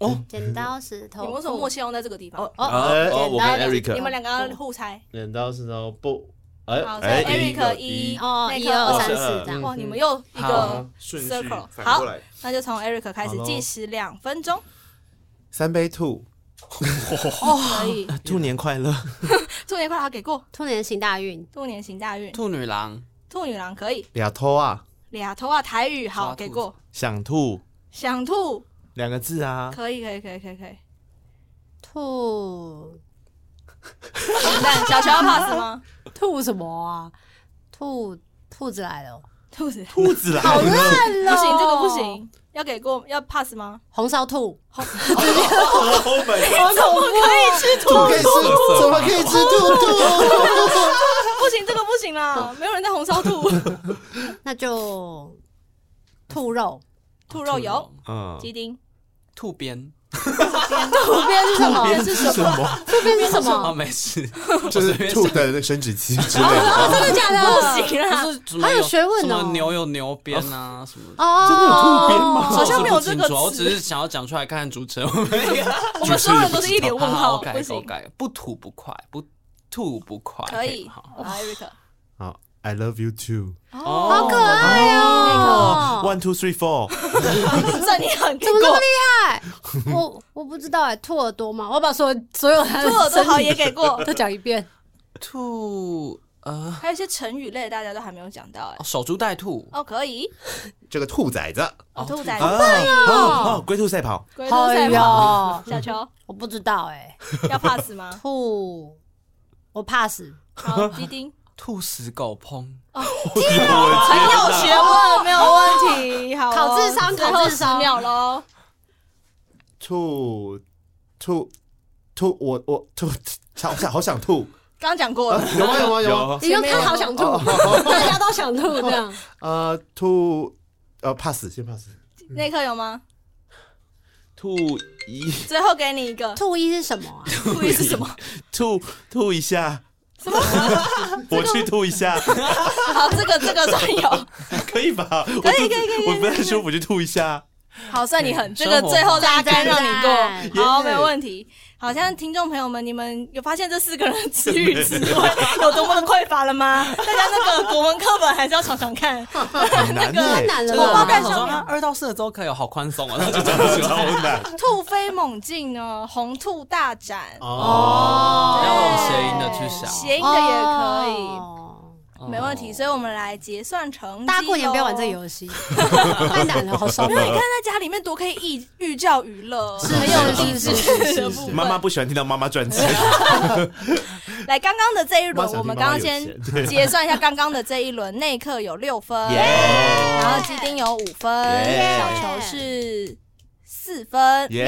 S5: 哦，
S7: 剪刀石
S2: 你
S7: 头
S2: 们
S7: 布。
S2: 为什么默契用在这个地方？
S5: 哦哦，
S7: 简
S5: 我跟
S7: 单
S5: Eric，
S2: 你们两个要互猜。
S3: 剪刀石头 布，哎
S2: 好，所以 Eric 一，
S4: 哦，
S2: 那
S4: 一
S2: 个
S4: 二三
S2: 二
S4: 四这
S2: 哇，
S4: 样。
S2: 你们又一个
S5: 好
S1: 顺
S2: circle。好，，那就从 Eric 开始
S3: 好咯
S2: 计时两分钟。
S3: 三杯兔，
S2: 哦，可以。
S1: 兔年快乐！
S2: 兔年快乐，给过。
S4: 兔年行大运，
S2: 兔年行大运，
S5: 兔女郎，
S2: 兔女郎可以。
S3: 俩偷啊，
S2: 俩头啊，台语好
S5: 抓兔
S2: 给
S5: 子
S2: 过。
S1: 想吐
S2: 想吐，
S1: 两个字啊，
S2: 可以可以可以可以可以。
S4: 兔
S2: 完蛋，小乔要 pass 吗？
S4: 兔什么啊？兔兔子来了，
S2: 兔子。
S1: 兔子啦，
S4: 好烂了，
S2: 不行，这个不。行，要给过要 pass 吗？
S4: 红烧兔，
S1: 哦 Oh
S2: 好恐怖，可以吃
S3: 怎么可以吃？ 怎么可以吃兔兔？
S2: 不行，这个不行啦，没有人在红烧 兔，
S4: 那就兔肉。
S2: 兔肉油、
S1: 嗯，
S2: 鸡丁，
S5: 兔鞭，
S4: 兔边是什么？
S3: 是什么？
S4: 兔边是什
S5: 哦，
S4: 么？
S5: 没 事，
S3: 就是 兔的那个生殖器之类的。
S4: 哦真的假的？
S2: 不行啦，
S5: 不是什么
S4: 啊还有学问哦
S5: 什么牛有牛鞭啊，什么的。
S4: 哦，真的有兔鞭吗？
S2: 好像没有这个
S5: 我是不清楚啊我只
S2: 词
S5: 是，想要讲出来看看主持人会不会。
S2: 我们所有人都是一脸问
S5: 好
S2: 号，
S5: 我改
S2: 不
S5: 我
S2: 行，
S5: 改，不吐不快，不吐不快，
S2: 可以，
S5: 好。
S2: 好，Eric，
S3: 好，I love you too。
S5: 哦，
S4: 好可爱哦！
S1: ，one two three four，
S2: 算你 很给
S4: 怎么那么
S2: 过，
S4: 厉害？我我不知道哎，兔耳朵嘛，我把所有所有它的
S2: 兔耳朵好也
S4: 身体
S2: 给 过，
S4: 都讲一 遍。
S5: 兔呃，
S2: 还有一些成语类大家都还没有讲到，哎，
S5: 守株待兔，
S2: 哦，可以，
S3: 这个兔崽子，
S2: 哦，兔仔，
S1: 哦哦，龟兔赛跑，
S2: 龟兔
S4: 哎
S2: 赛跑，
S4: 呦，
S2: 小球
S4: 我不知道哎，
S2: 要 pass 吗？
S4: 兔，我怕死。
S2: 好，鸡 丁。
S5: 兔死狗烹，
S2: 很有学问，没有问题。好哦，
S4: 考智商
S2: 最后
S4: 考智商
S2: 10秒喽。
S3: 兔兔兔，我我兔，好想好想吐，
S2: 刚刚讲过了，
S3: 有吗有啊吗有吗？
S4: 你就看好想吐，大家都想吐这 样。
S3: 呃，兔呃，pass 先 pass。
S2: 那一刻有吗？
S1: 兔一
S2: 最后给你一个，
S4: 兔一是什么啊？
S2: 注意是什么？
S1: 吐吐一下， 我去吐一下，
S2: 好，这个这个算有，
S1: 可以吧？可以可以可以，我不太舒服就吐一下，
S2: 好，算你狠。
S5: 嗯
S2: 这个最后大家让你
S4: 赞
S2: 过，好，没有问题。好像听众朋友们，你们有发现这四个人的词语词汇有多么的匮乏了吗？大家那个国文课本还是要常常看。
S3: 很难呢，
S4: 太难
S5: 真
S4: 了
S5: 的
S2: 我
S5: 我
S2: 包
S4: 吧？
S2: 盖
S5: 刚
S2: 上
S5: 想说
S2: 面
S5: 啊二到四的都可以哦，好 宽松哦，那就真的是好难。
S2: 突飞猛进呢，宏图大展，
S4: 哦
S5: 要往谐音的去
S2: 谐
S5: 想，
S2: 音的也可以。
S4: 以。
S2: 没问题，所以我们来结算成绩咯
S4: 哦大家过年不要玩这个。游 戏，太难了，好爽啊
S2: 因。为你看在家里面多可以寓寓教于乐，
S4: 是
S2: 很有
S4: 是
S2: 励
S4: 是
S2: 志
S4: 是
S2: 的
S4: 是
S2: 部分。
S1: 妈妈不喜欢听到妈妈赚钱，
S2: 来，刚刚的这一轮
S3: 妈，妈
S2: 我们刚刚
S3: 想
S2: 先
S3: 听
S2: 结算一下，刚刚的这一轮，内 克有六分，
S1: 耶
S2: 然后基丁有五分，
S1: 耶
S2: 小球是四分
S1: 耶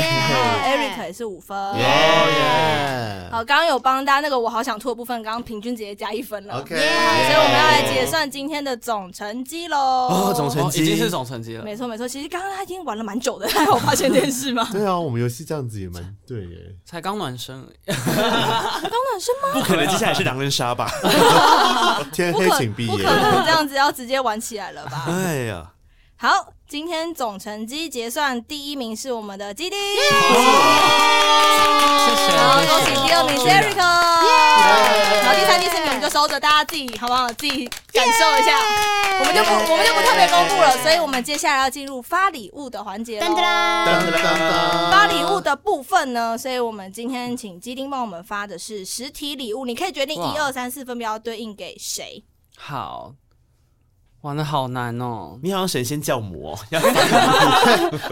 S2: ，Eric 也是五分。
S3: Oh
S1: 耶！
S2: 好，刚刚有帮大家那个我好想吐的部分，刚刚平均直接加一分了。
S3: OK
S2: 好所以我们要来结算今天的总成绩喽。
S1: 哦总成
S5: 哦
S1: 绩
S5: 已经是总成绩了。
S2: 没错没错，其实刚刚他已经玩了蛮久的， 还有发现这件事吗？
S3: 对啊，我们游戏这样子也蛮对耶。
S5: 才刚暖身而已，
S2: 刚暖身吗？
S1: 不可能，接下来是狼人杀 吧？
S3: 天
S2: 不
S3: 黑
S2: 可
S3: 请闭
S2: 不可
S3: 眼。
S2: 能这样子要直接玩起来了吧？
S1: 哎呀，
S2: 好，今天总成绩结算第一名是我们的基丁，
S5: 谢谢。
S2: 然后恭喜第二名是 Eric，然后第三、第四名我们就收着，大家自己好不好？自己感受一下。我们就不我们就不特别公布了，所以我们接下来要进入发礼物的环节
S7: 噔噔
S2: 了。
S7: 啦，
S3: 当当当
S2: 发礼物的部分呢，所以我们今天请基丁帮我们发的是实体礼物，你可以决定
S5: 哇
S2: 一二三四分别要对应给谁。
S5: 好，玩的好难哦。
S1: 你好像神仙教母 哦，要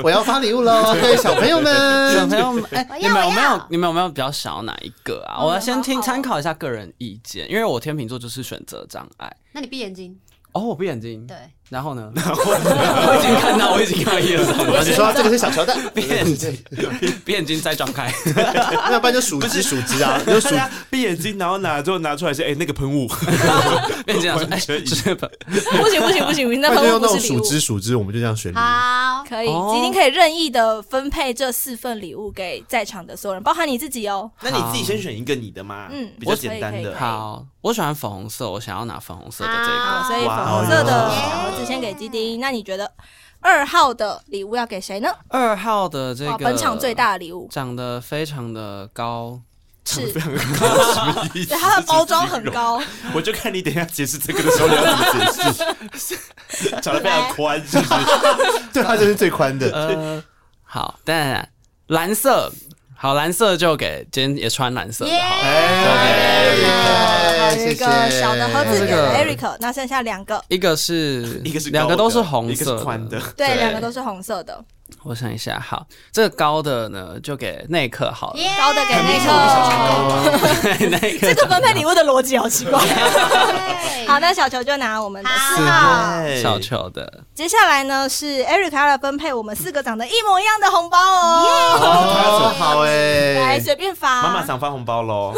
S3: 我要发礼 物喽，各位小朋友
S5: 小
S2: 嗯
S3: 们。
S5: 朋友们，哎、
S7: 我要
S5: 你们有没
S7: 我
S5: 有
S7: 要
S5: 你们有没有比较想要哪一个啊？
S2: 哦
S5: 我要先听
S2: 蛮好的
S5: 参考一下个人意见，因为我天秤座就是选择障碍。
S4: 那你闭眼睛，
S5: 哦，我闭眼睛，
S4: 对，
S5: 然 后呢？我已经看到，我已经看到一二
S3: 我只
S5: 三，
S3: 啊说到这个是小乔蛋，
S5: 闭眼 睛， 闭眼睛再张开。
S3: 那不然就数只数只啊，就
S1: 就
S3: 数
S1: 是闭眼睛，然后拿之后拿出来是哎那个喷雾，
S5: 变这样说，哎、
S1: 完全 一
S5: 是吧？
S2: 不行不行不行不行，那
S3: 那就
S2: 分
S3: 用
S2: 物
S3: 那
S2: 不
S3: 种
S2: 是礼
S3: 数
S2: 物。
S3: 只数只，我们就这样选礼物。
S7: 好，
S2: 可以，
S5: 哦
S2: 基丁可以任意的分配这四份礼物给在场的所有人，包含你自己哦。
S1: 那你自己先选一个你的嘛，
S2: 嗯
S1: 比较简单
S2: 可以可以可以
S1: 的。
S5: 好，我喜欢粉红色，我想要拿粉红色的这
S2: 好，
S5: 个。
S2: 所以粉
S1: 哇
S2: 红色的
S1: 哦
S2: 小盒子先给基丁。那你觉得二号的礼物要给谁呢？
S5: 二号的这
S2: 哇，
S5: 个，
S2: 本场最，大的礼物
S5: 长得非常的高，
S2: 是，
S1: 什么意思
S2: 对它的包装很，高，
S1: 我就看你等一下解释这个的时候你要怎么解释，长得非常宽，是不 是？
S3: 对，它就是最宽的。
S5: 呃，好，当然蓝色，好，蓝色就给今天也穿蓝色的，好了，
S3: 哎
S2: 还有一个小的盒子
S5: 谢
S2: 给
S5: 谢
S2: 了 Eric，那剩下两个，
S5: 一个是
S1: 一个是高的
S5: 两个都是红
S1: 一个
S5: 色
S1: 是宽的，
S2: 对，两个都是红色的，
S5: 我想一下，好，这个高的呢就给内克好了，
S2: 高的给
S1: 高
S2: Eric。
S5: 内克
S2: 这个分配礼物的逻辑好奇怪。
S7: 对
S2: 好，那小球就拿我们的四号。
S1: 对
S5: 小球的，
S2: 接下来呢是 Eric 他来分配我们四个长得一模一样的红包哦，
S3: 哦，好哎
S2: 来，随便发。
S1: 妈妈想发红包喽，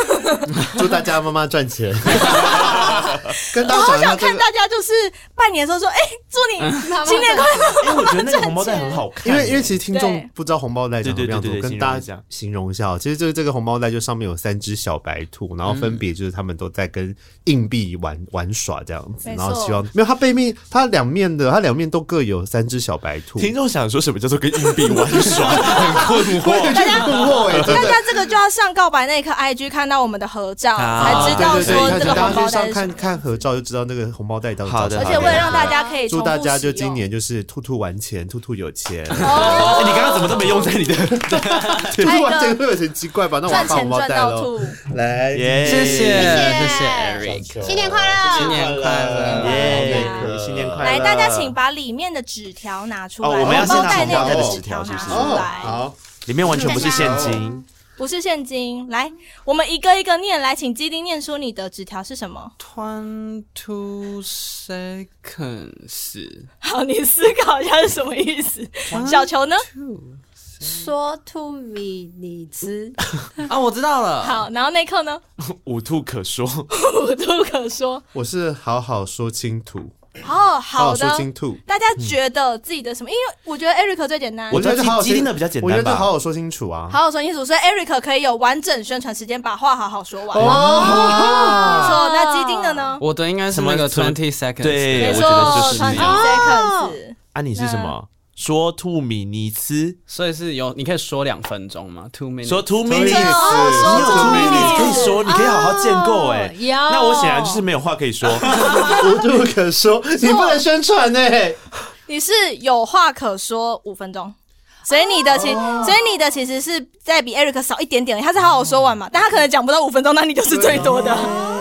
S3: 祝大家妈妈 赚钱。跟
S2: 我
S3: 大家
S2: 好
S3: 讲一下
S2: 想
S3: 这
S2: 看
S3: 个，
S2: 大家就是拜年的时候说，哎，祝
S3: 嗯
S2: 你新年快乐。
S1: 哎因为我觉得那个红包袋很好看，
S3: 因为因为其实听众
S2: 对
S3: 不知道红包袋长什么样子，
S1: 对对对对
S3: 我
S1: 形
S3: 跟
S1: 容
S3: 大
S1: 一
S3: 家
S1: 下
S3: 形容一下哦。其实这个这个红包袋就上面有三只小白兔，然后分别就是他们都在跟硬币玩玩耍这样子，
S2: 没
S3: 然
S2: 错
S3: 后希望没有它背面它两面的它两面都各有三只小白兔。
S1: 听众想说什么叫做跟硬币玩耍，很困惑。
S3: 这个困惑哎，真
S2: 大
S3: 的。
S2: 家这个就要上告白那一刻 IG 看到我们的合照，才
S5: 啊
S2: 知道
S3: 对对
S2: 说
S3: 对，
S2: 这个
S3: 大家
S2: 红包袋
S3: 去上
S2: 是什
S3: 看
S2: 么。
S3: 看合照就知道那个红包袋到底
S1: 好
S3: 长
S1: 的
S2: 而
S3: 什么
S2: 且
S3: 样
S2: 为了让大家可以
S3: 祝
S2: 重复
S3: 大家就
S2: 使用哦
S3: 今年就是兔兔玩钱，兔兔有钱。
S1: 哎你刚刚怎么都没用在你的？
S3: 兔兔玩钱会有点奇怪吧？那我要
S2: 赚
S3: 放红
S2: 钱
S3: 包哦
S2: 赚
S3: 袋
S2: 到
S3: 喽。
S2: 吐，
S3: 来，
S1: 哎
S5: 谢谢谢谢 Eric，
S3: Eric，
S7: 新年快乐，
S5: 新年快乐
S1: 嗯耶
S2: 耶！
S1: 新年快乐！
S2: 来，大家请把里面的纸条拿出来，
S1: 哦我们要
S2: 红
S1: 先
S2: 包
S1: 拿
S2: 袋
S1: 红包
S2: 内
S1: 袋
S2: 的
S1: 的
S2: 纸
S1: 纸
S2: 条
S1: 条
S2: 拿
S1: 是不
S2: 出
S1: 是
S3: 哦，
S2: 来。
S3: 好，
S1: 里面完全不是现 金，
S2: 不是现金，来，我们一个一个念，来，请基丁念出你的纸条是什么？
S5: Twenty seconds，
S2: 好，你思考一下是什么意思。
S1: 啊
S2: 小球呢？
S4: 说 to me，你知
S5: 啊，我知道了，
S2: 好，然后内克呢？
S1: 无兔可说。
S2: 无处可说。
S3: 我是好好说清楚，
S2: 哦，
S3: 好
S2: 好
S3: 好
S2: 的
S3: 说。清楚。
S2: 大家觉得自己的什么？因为我觉得 Eric 最简单。
S1: 嗯我觉得
S3: 好好
S1: 基基丁的比较简单吧
S3: 我觉得就好好说清楚啊。
S2: 好好说清楚，所以 Eric 可以有完整宣传时间，把话好好说完。
S3: 哦，
S2: 没错，那基丁的呢？
S5: 我的应该是那个
S1: 什么
S5: twenty seconds，
S1: 对
S2: 没
S1: 我
S2: 错
S1: 觉得就是
S2: ，twenty
S1: 你
S2: seconds。
S1: 啊，你是什么？说兔米尼斯，
S5: 所以是有，你可以说两分钟吗？Two minutes，
S1: 说 two
S3: 意
S1: minutes，
S3: 思
S1: 你
S2: 哦
S1: 有 two minutes 可以说，你可以好好建构哎。
S4: 有
S1: 那我显然就是没有话可以说，
S3: 无处可说，你不能宣传呢。
S2: 你是有话可说五分钟，所以你的其、
S1: 哦
S2: 所以你的其实是在比 Eric 少一点点而已，他是好好说完嘛，但他可能讲不到五分钟，那你就是最 多的。
S1: 哦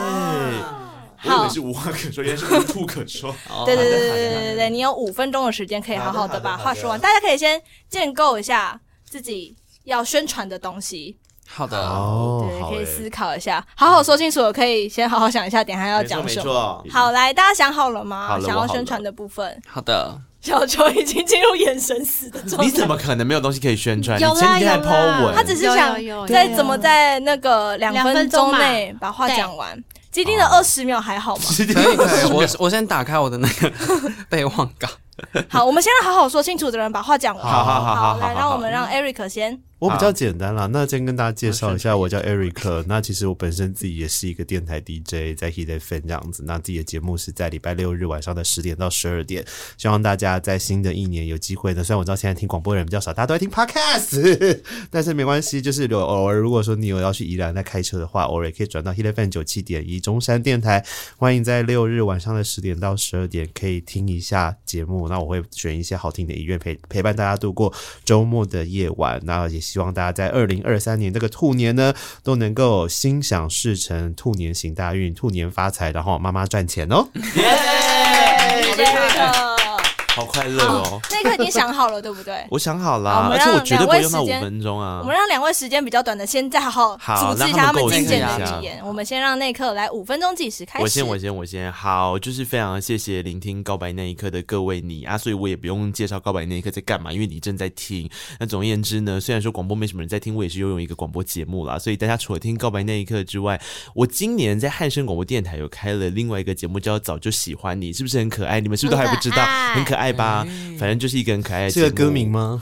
S1: 我以为是无话可说，原来是无兔可说。
S5: 哦
S2: 对对对
S5: 好
S2: 对
S5: 的好
S2: 对
S5: 的
S2: 对对对，你有五分钟的时间可以好好的把
S1: 好的好的
S2: 话说完，大家可以先建构一下自己要宣传的东西。
S5: 好的，
S3: 哦，
S2: 对，
S3: 好
S1: 哎
S2: 可以
S3: 欸
S2: 思考一下，好好说清楚了，可以先好好想一下，等一下要讲
S1: 没
S2: 什
S1: 错
S2: 么。
S1: 没错
S2: 好，来，大家想好了吗？
S1: 好了
S2: 想
S1: 我好
S2: 要宣
S1: 了
S2: 传的部分，
S5: 好的，
S2: 小球已经进入眼神死的状 态。
S1: 你怎么可能没有东西可以宣传？你
S4: 有啦
S1: 前几天还
S4: 有
S1: 抛
S4: 啦
S1: 文，
S2: 啊他只 是想
S4: 有有有
S2: 在
S4: 有
S2: 怎么在那个两
S4: 两
S2: 分
S4: 分钟
S2: 钟
S4: 嘛
S2: 内把话讲完。既定的二十秒还好吗？
S5: 可以可以， 我我先打开我的那个 备忘稿。
S2: 好，我们先让好好说清楚的人把话讲完。
S1: 好好好好好
S2: 来，
S1: 好
S2: 让我
S1: 好
S2: 们让 Eric 先。
S3: 我比较简单啦，那先跟大家介绍一下，我叫 Eric。那其实我本身自己也是一个电台 DJ，在 Hit FM 这样子。那自己的节目是在礼拜六日晚上的十点到十二点。希望大家在新的一年有机会呢，虽然我知道现在听广播的人比较少，大家都在听 Podcast，但 是没关系，就是有偶尔如果说你有要去宜兰在开车的话，偶尔也可以转到 Hit FM 九七点一中山电台。欢迎在六日晚上的十点到十二点可以听一下节目。那我会选一些好听的音乐陪陪伴大家度过周末的夜晚。那也希望大家在二零二三年这个兔年呢，都能够心想事成，兔年行大运，兔年发财，然后妈妈赚钱哦。
S2: 谢谢 Eric。
S1: 好快乐哦！
S2: 那一刻已经想好了，对不对？
S1: 我想好
S2: 好我
S1: 啦，
S2: 们
S1: 而
S2: 让
S1: 且我绝对不会
S2: 两位
S1: 用到五
S2: 时间
S1: 分钟啊
S2: 我。们让两位时间比较短的先再好
S1: 好
S2: 好组织一
S1: 让
S2: 下
S1: 他们
S2: 们
S1: 构
S2: 今
S5: 建
S2: 天
S5: 一
S2: 的
S5: 下
S2: 语言。我们先让那一刻来五分钟计时开始。
S1: 我先，我先，我先。好，就是非常谢谢聆听《告白那一刻》的各位你啊，所以我也不用介绍《告白那一刻》在干嘛，因为你正在听。那总而言之呢，虽然说广播没什么人在听，我也是拥有一个广播节目啦，所以大家除了听《告白那一刻》之外，我今年在汉声广播电台有开了另外一个节目，叫《早就喜欢你》，是不是很可爱？你们是不是都还不知道？很
S2: 嗯
S4: 很
S1: 可爱
S4: 可
S1: 吧？反正就是一个很可爱的
S3: 是个
S1: 节
S3: 歌
S1: 目
S3: 名吗？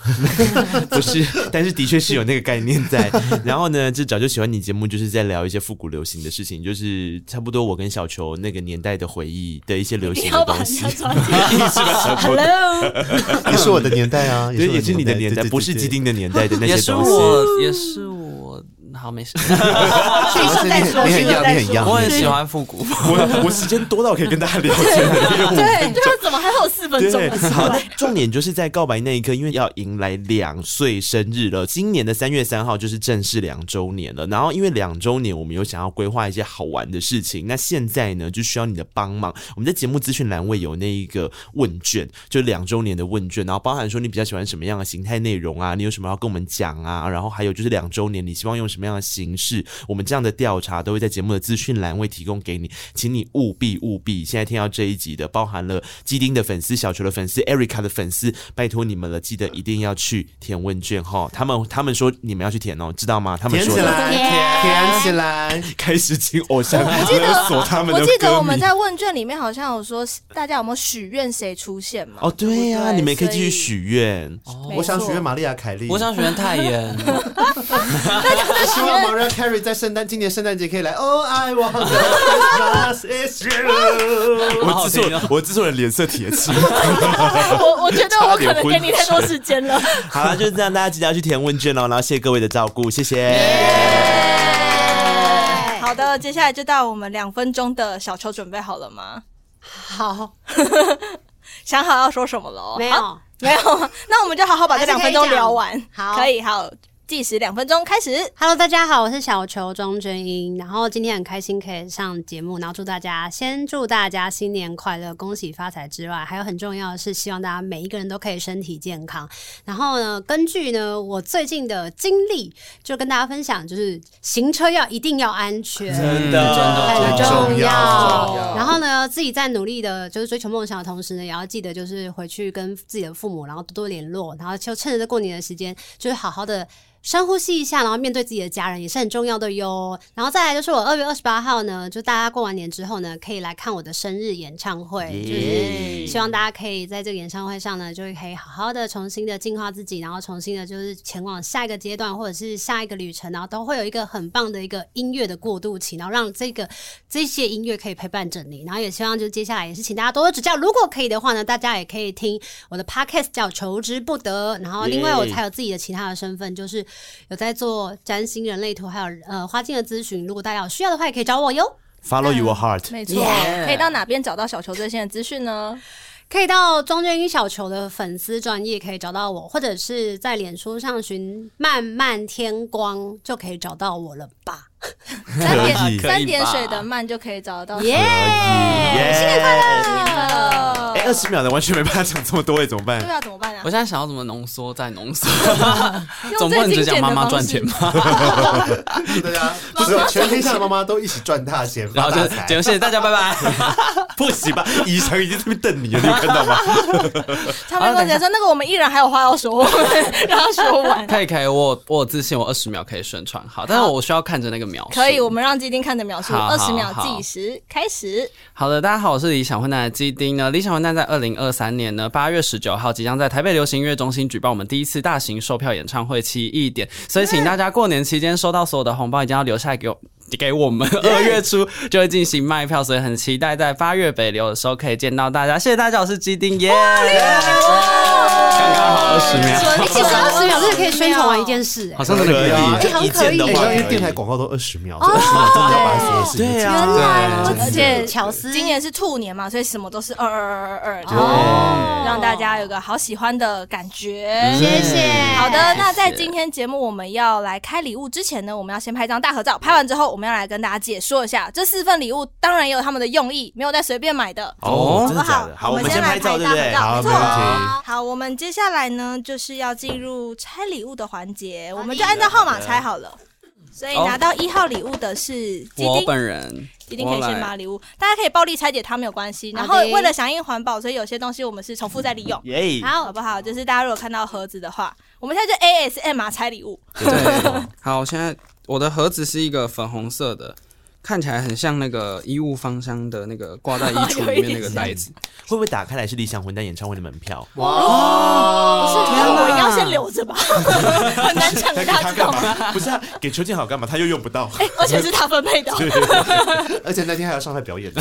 S1: 不是，但是的确是有那个概念在。然后呢，这早就喜欢你节目，就是在聊一些复古流行的事情，就是差不多我跟小球那个年代的回忆的一些流
S2: 一定
S1: 行
S2: 要
S1: 的
S2: 把
S1: 东
S2: 人
S1: 西
S2: 家。抓进 来。Hello，
S3: 也是我的年代啊，
S1: 对，也
S3: 也
S1: 是
S3: 是我
S1: 你的年代，
S3: 对对对
S1: 不是既定的年代的那
S5: 也
S1: 些
S5: 是
S1: 东西。
S5: 我，也是我，好没事。
S2: 去说再说，
S3: 你
S2: 去
S3: 很
S2: 说
S3: 一样，
S2: 再
S3: 你很一
S2: 说。
S3: 样。
S5: 我很喜欢复 古，
S1: 我我时间多到可以跟大家聊天了。
S2: 对，就是怎么还有四分钟啊
S1: 对
S2: 的出，
S1: 好
S2: 来？，
S1: 重点就是在告白那一刻，因为要迎来两岁生日了。今年的三月三号就是正式两周年了。然后因为两周年，我们有想要规划一些好玩的事情。那现在呢，就需要你的帮忙。我们在节目资讯栏位有那一个问卷，就两周年的问卷，然后包含说你比较喜欢什么样的形态内容啊，你有什么要跟我们讲啊，然后还有就是两周年你希望用什么样的形式，我们这样的调查都会在节目的资讯栏位提供给你，请你务必务必现在听到这一集的，包含了基丁的粉丝、小球的粉丝、Erica 的粉丝，拜托你们了，记得一定要去填问卷哈。他们他们说你们要去填哦，知道吗？他们说的
S3: 填起来，
S1: 开始请偶像
S2: 记得
S1: 勒索他们的
S2: 我记得
S1: 歌
S2: 我们
S1: 迷
S2: 在问卷里面好像有说，大家有没有许愿谁出现嘛？
S1: 哦，对呀、
S2: 对
S1: 你们也可以继续
S2: 所以
S1: 许愿。
S2: 没
S3: 我想
S2: 错
S3: 许愿玛丽亚凯莉，
S5: 我想选泰 妍，
S3: 我希望 Mariah Carey 在圣诞今年圣诞节可以来。Oh, I want Christmas is you。
S5: 好好
S1: 我制
S5: 听
S1: 作
S5: 哦
S3: 啊
S1: 我制作人脸色铁 青。
S2: 我我觉得我可能给你
S1: 差点昏
S2: 太多时间了。
S1: 好啦，就是这样，大家记得要去填问卷哦。然后谢谢各位的照顾，谢谢。
S2: 哎好的，接下来就到我们两分钟的小球准备好了吗？
S4: 好，
S2: 想好要说什么了哦？
S4: 没
S2: 好
S4: 有，
S2: 没有，那我们就好好把这
S4: 还是
S2: 两
S4: 可以
S2: 分钟
S4: 讲
S2: 聊完。
S4: 好
S2: 可以，好，计时两分钟开始。
S4: Hello，大家好，我是小球庄娟英，然后今天很开心可以上节目，然后祝大家先祝大家新年快乐，恭喜发财之外，还有很重要的是，希望大家每一个人都可以身体健康。然后呢，根据呢我最近的经历，就跟大家分享，就是行车要一定要安全，
S1: 真
S3: 嗯
S1: 的
S3: 重要
S4: 很重要
S2: 重要。
S4: 然后呢，自己在努力的，就是追求梦想的同时呢，也要记得就是回去跟自己的父母，然后多多联络，然后就趁着这过年的时间，就是好好的。深呼吸一下，然后面对自己的家人也是很重要的哟。然后再来就是我二月二十八号呢，就大家过完年之后呢，可以来看我的生日演唱会，就是希望大家可以在这个演唱会上呢，就是可以好好的重新的净化自己，然后重新的就是前往下一个阶段或者是下一个旅程，然后都会有一个很棒的一个音乐的过渡期，然后让这个这些音乐可以陪伴着你。然后也希望就是接下来也是请大家多多指教，如果可以的话呢，大家也可以听我的 podcast 叫《求之不得》，然后另外我才有自己的其他的身份，就是有在做占星、人类图还有呃花精的咨询，如果大家有需要的话，也可以找我哟。
S1: Follow your heart。
S2: 没错可以到哪边找到小球最新的资讯 呢？
S4: 可以到庄娟英小球的粉丝专业可以找到我，或者是在脸书上寻“漫漫天光”就可以找到我了吧？
S2: 三
S1: 可以
S2: 点
S1: 可以
S2: 三点
S5: 吧
S2: 水的慢就可以找得到。
S4: 耶！
S1: 新年快乐！
S2: 呃
S3: 哎，二十秒的完全没办法讲这么多，哎，怎么办
S2: 对？啊，怎么办啊
S5: 我？现在想要怎么浓缩再浓缩，
S2: 用
S5: 总不能
S2: 最精简
S5: 只讲
S2: 的
S5: 妈妈
S2: 方
S5: 赚
S2: 式
S5: 钱吧？
S3: 大家不是全天下的妈妈都一起赚大钱，
S5: 然
S3: 发
S5: 后
S3: 大
S5: 就
S3: 财
S5: 节。目谢谢大家，拜拜。
S3: 不行吧？医生已经在那边瞪你了，你有看到吗？
S2: 他们跟我讲说，那个我们艺人还有话要说， 让他说完。
S5: 可以可以，我我有自信，我二十秒可以宣传好，但是我需要看着那个秒数。
S2: 可以，我们让基丁看的秒数
S5: 好
S2: 二
S5: 好
S2: 十秒
S5: 好
S2: 计时开始。
S5: 好的，大家好，我是理想混蛋的基丁呢。理想混蛋在二零二三年呢八月十九号即将在台北流行音乐中心举办我们第一次大型售票演唱会奇异点，所以请大家过年期间收到所有的红包，一定要留下来给我。给我 们二月初就会进行卖票，所以很期待在八月北流的时候可以见到大家。谢谢大家，我是基丁耶。刚刚好二十秒，
S2: 哎
S4: 其实二十秒真的可以宣传完一件事、哎
S5: 好像真的可以。
S3: 啊
S4: 这好
S1: 一
S4: 可
S1: 件的
S3: 哎你
S4: 以对
S3: 知道
S1: 话，
S3: 因为电台广告都二十秒，二十秒真的要把所有事情
S5: 对
S3: 讲
S5: 啊，
S2: 而且
S4: 巧思
S2: 今年是兔年嘛，所以什么都是二二二二二，
S4: 哦
S2: 让大家有个好喜欢的感觉。
S4: 谢谢。
S2: 好的，那在
S5: 谢谢
S2: 今天节目我们要来开礼物之前呢，我们要先拍张大合照。拍完之后，我们要来跟大家解说一下这四份礼物，当然也有他们的用意，没有在随便买的。
S1: 哦，真的
S2: 好不
S1: 假
S2: 好
S1: 的？？好，
S2: 我
S1: 我们先
S2: 来
S1: 拍照，对不对？啊
S2: 大合照没
S3: 好
S2: 错
S3: 没问
S2: 好好，我们接下来呢，就是要进入拆礼物的环节，我们就按照号码拆好了。所以
S5: 好
S2: 拿到一号礼物的是基
S5: 我
S2: 丁，
S5: 本人
S2: 基丁可以
S5: 我
S2: 先
S5: 来
S2: 拿礼物，大家可以暴力拆解它没有关系。然后
S4: 好的
S2: 为了响应环保，所以有些东西我们是重复再利用，
S1: 耶！
S2: 好不好？就是大家如果看到盒子的话，我们现在就 ASMR 拆礼物，
S5: 对，好，现在我的盒子是一个粉红色的，看起来很像那个衣物芳香的那个挂在衣橱里面那个袋子。
S1: 会不会打开来是理想混蛋演唱会的门票？
S2: 不是，
S5: 天哪
S2: 我应该要先留着吧，很难抢
S3: 给
S2: 大
S3: 他
S2: 家知
S3: 干
S2: 道吗？
S3: 嘛？不是啊，给邱建好干嘛？他又用不到，
S2: 而且是他分配的哦。
S3: 而且那天还要上台表演。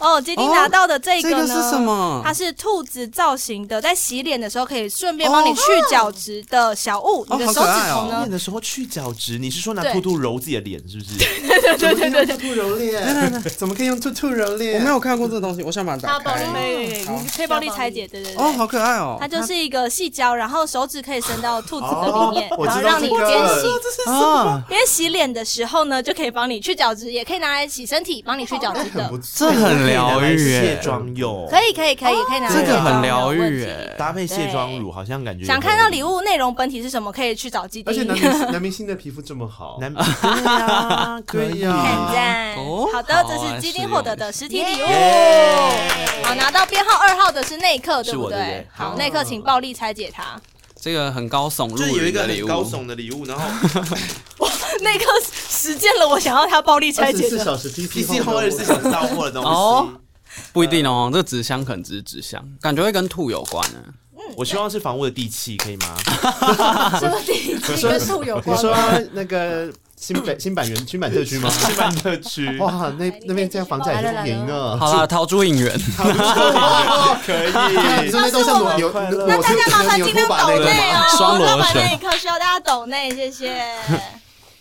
S2: 哦，今天拿到的这
S5: 这
S2: 呢？
S5: 个是什么？
S2: 它是兔子造型的，在洗脸的时候可以顺便帮你去角质的小物。你的手指头
S5: 好
S2: 呢
S1: 演？的时候去角质，你是说拿
S2: 对
S1: 兔兔揉自己的脸是不是？
S2: 对对对对，
S3: 兔揉脸，怎么可以用兔兔揉
S5: 我
S3: 脸
S5: 没 有看过这个东西，我想把它打
S2: 可
S5: 开。
S2: 以可以可以，可以暴力拆解，对对
S5: 哦，
S2: 对。
S5: 好可爱哦！
S2: 它就是一个细胶，然后手指可以伸到兔子的里面，
S3: 我
S2: 然后
S3: 知道
S2: 让你
S3: 这
S2: 边洗
S3: 个，
S5: 啊，
S2: 边洗脸的时候呢，就可以帮你去角质，也可以拿来洗身体，帮你去角质的
S3: 不。
S5: 这
S2: 啊
S5: 很疗愈
S1: 卸
S5: 耶，
S1: 妆用，
S2: 可以可以可以可以拿来
S5: 这个
S2: 卸
S5: 很
S2: 妆
S5: 疗
S2: 没有问
S5: 愈
S2: 题
S5: 耶。
S1: 搭配卸妆乳，好像感觉
S2: 想看到礼
S1: 物。
S2: 物内容本体是什么，可以去找基地。
S3: 而且 男明星男明星的皮肤这么好，
S1: 男 对呀，啊
S3: 对呀
S2: 很赞
S5: 哦。
S2: 好的，
S5: 好
S2: 这
S5: 啊
S2: 是基
S5: 是
S2: 丁
S5: 有
S2: 获得的实体礼物
S1: 耶。
S2: 好，拿到编号二号的是内克，对
S1: 是
S2: 不
S1: 我对不
S2: 对
S1: 对？
S2: 好，内克，请暴力拆解它。
S5: 这个很高耸入
S1: 就是有一
S5: 云
S1: 个
S5: 的礼
S1: 很
S5: 物，
S1: 高耸的礼物，然 后
S2: 内克实践了我想要他暴力拆
S3: 二十
S2: 解
S3: 四
S2: 的。
S3: 小时 PC
S1: PC 后二十四小时到货的东
S5: 哦
S1: 西。
S5: 不一定哦。这个纸箱可能只是纸箱，感觉会跟兔有关啊呢。
S1: 我希望是房屋的地契，可以 吗？
S2: 这个第一集跟兔有
S3: 你
S2: 关
S3: 说那个新北新版园新版特区吗？
S1: 是曼特区，
S2: 哦
S3: 哇，那那边这样房价也是不便宜呢。
S5: 好啦，哦逃出影园，
S1: 可以。
S3: 你说那都像裸牛，
S2: 那
S3: 那
S2: 大家麻烦尽量抖内哦，
S5: 双螺
S2: 老板
S5: 旋
S2: 内克需要大家抖内，谢谢。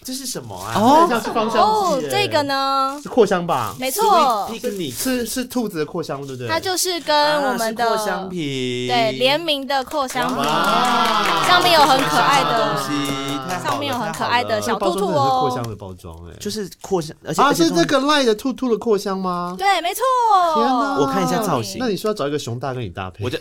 S1: 这是什么啊？
S3: 哦，像是芳香
S2: 哦
S3: 剂，耶
S2: 这个呢，
S3: 是扩香吧？
S2: 没错，
S1: ，picnic
S3: 是是兔子的扩香，对不对？
S2: 它就是跟我们的
S1: 啊扩香瓶，
S2: 对联名的扩香瓶，
S3: 哇
S2: 上面有很可爱的
S1: 东西，太好了
S2: 上面有很可爱的
S1: 太好了
S2: 小
S3: 包
S2: 兔
S3: 装真
S2: 兔
S3: 的是扩
S2: 哦
S3: 香。的包装，哎，
S1: 就是扩香，而且
S3: 啊，
S1: 而且
S3: 是这个赖的兔兔的扩香吗？
S2: 对，没错。
S3: 天哪
S1: 我看一下造型
S3: 那你说要找一个熊大跟你搭配，
S1: 我就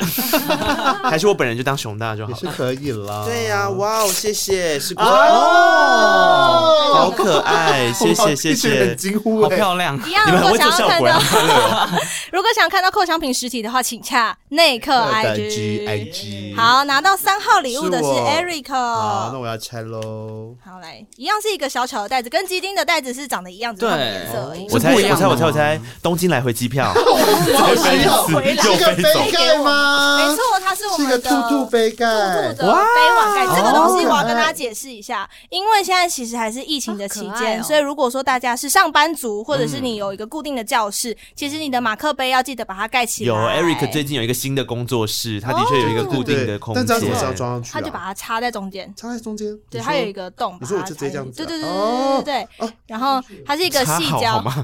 S1: 还是我本人就当熊大就
S3: 也
S1: 好
S3: 是
S1: 了。
S3: 可以啦。
S1: 对呀，哇哦，谢谢，是不错哦，好可爱，谢谢谢
S3: 一群人
S1: 谢
S3: 很。惊呼
S5: 好
S3: 哎，
S5: 漂亮。
S2: 一样，
S1: 你
S2: 如
S1: 们很
S2: 果
S1: 会做
S2: 想
S1: 效
S2: 要看
S1: 果啊
S2: 到， 如果想看到扩香瓶实体的话，请洽内克
S3: IG
S2: IG。
S3: IG。
S2: 好，拿到三号礼物的是
S3: 是我
S2: Eric。哦
S3: 好，那我要拆喽。
S2: 好，来，一样是一个小巧的袋子，跟基丁的袋子是长得一样，只是
S5: 对
S2: 换了颜色而已。
S1: 我猜，
S5: 是不一
S1: 我
S5: 样
S1: 猜，
S5: 的
S1: 我猜，我猜，东京来回机票，又飞
S2: 回来
S1: 又飞走，
S3: 盖吗
S2: 没错，它是我
S3: 是一
S2: 们
S3: 个
S2: 的
S3: 兔兔杯
S2: 兔
S3: 盖
S2: 兔。的杯碗盖，这个东西我要跟大家解释一下，因为现在其实还是疫情的期
S4: 好可爱
S2: 间，
S4: 哦
S2: 所以如果说大家是上班族，或者是你有一个固定的教室，其实你的马克杯要记得把它盖起来。
S1: 有 Eric 最近有一个新的工作室，他的确有一个
S3: 哦
S1: 固定的空
S3: 但
S1: 间，
S3: 这样怎么是要装上去啊？
S2: 他就把它插在中间。
S3: 插在中间。
S2: 对，
S3: 你说
S2: 它有一个洞，
S3: 你说我
S2: 把它
S3: 就直接
S2: 插
S3: 这样
S2: 进去
S3: 子
S2: 对
S3: 啊
S2: 对对对对对对。然后它是一个
S1: 插
S2: 细
S1: 好好
S2: 胶，
S1: 吗？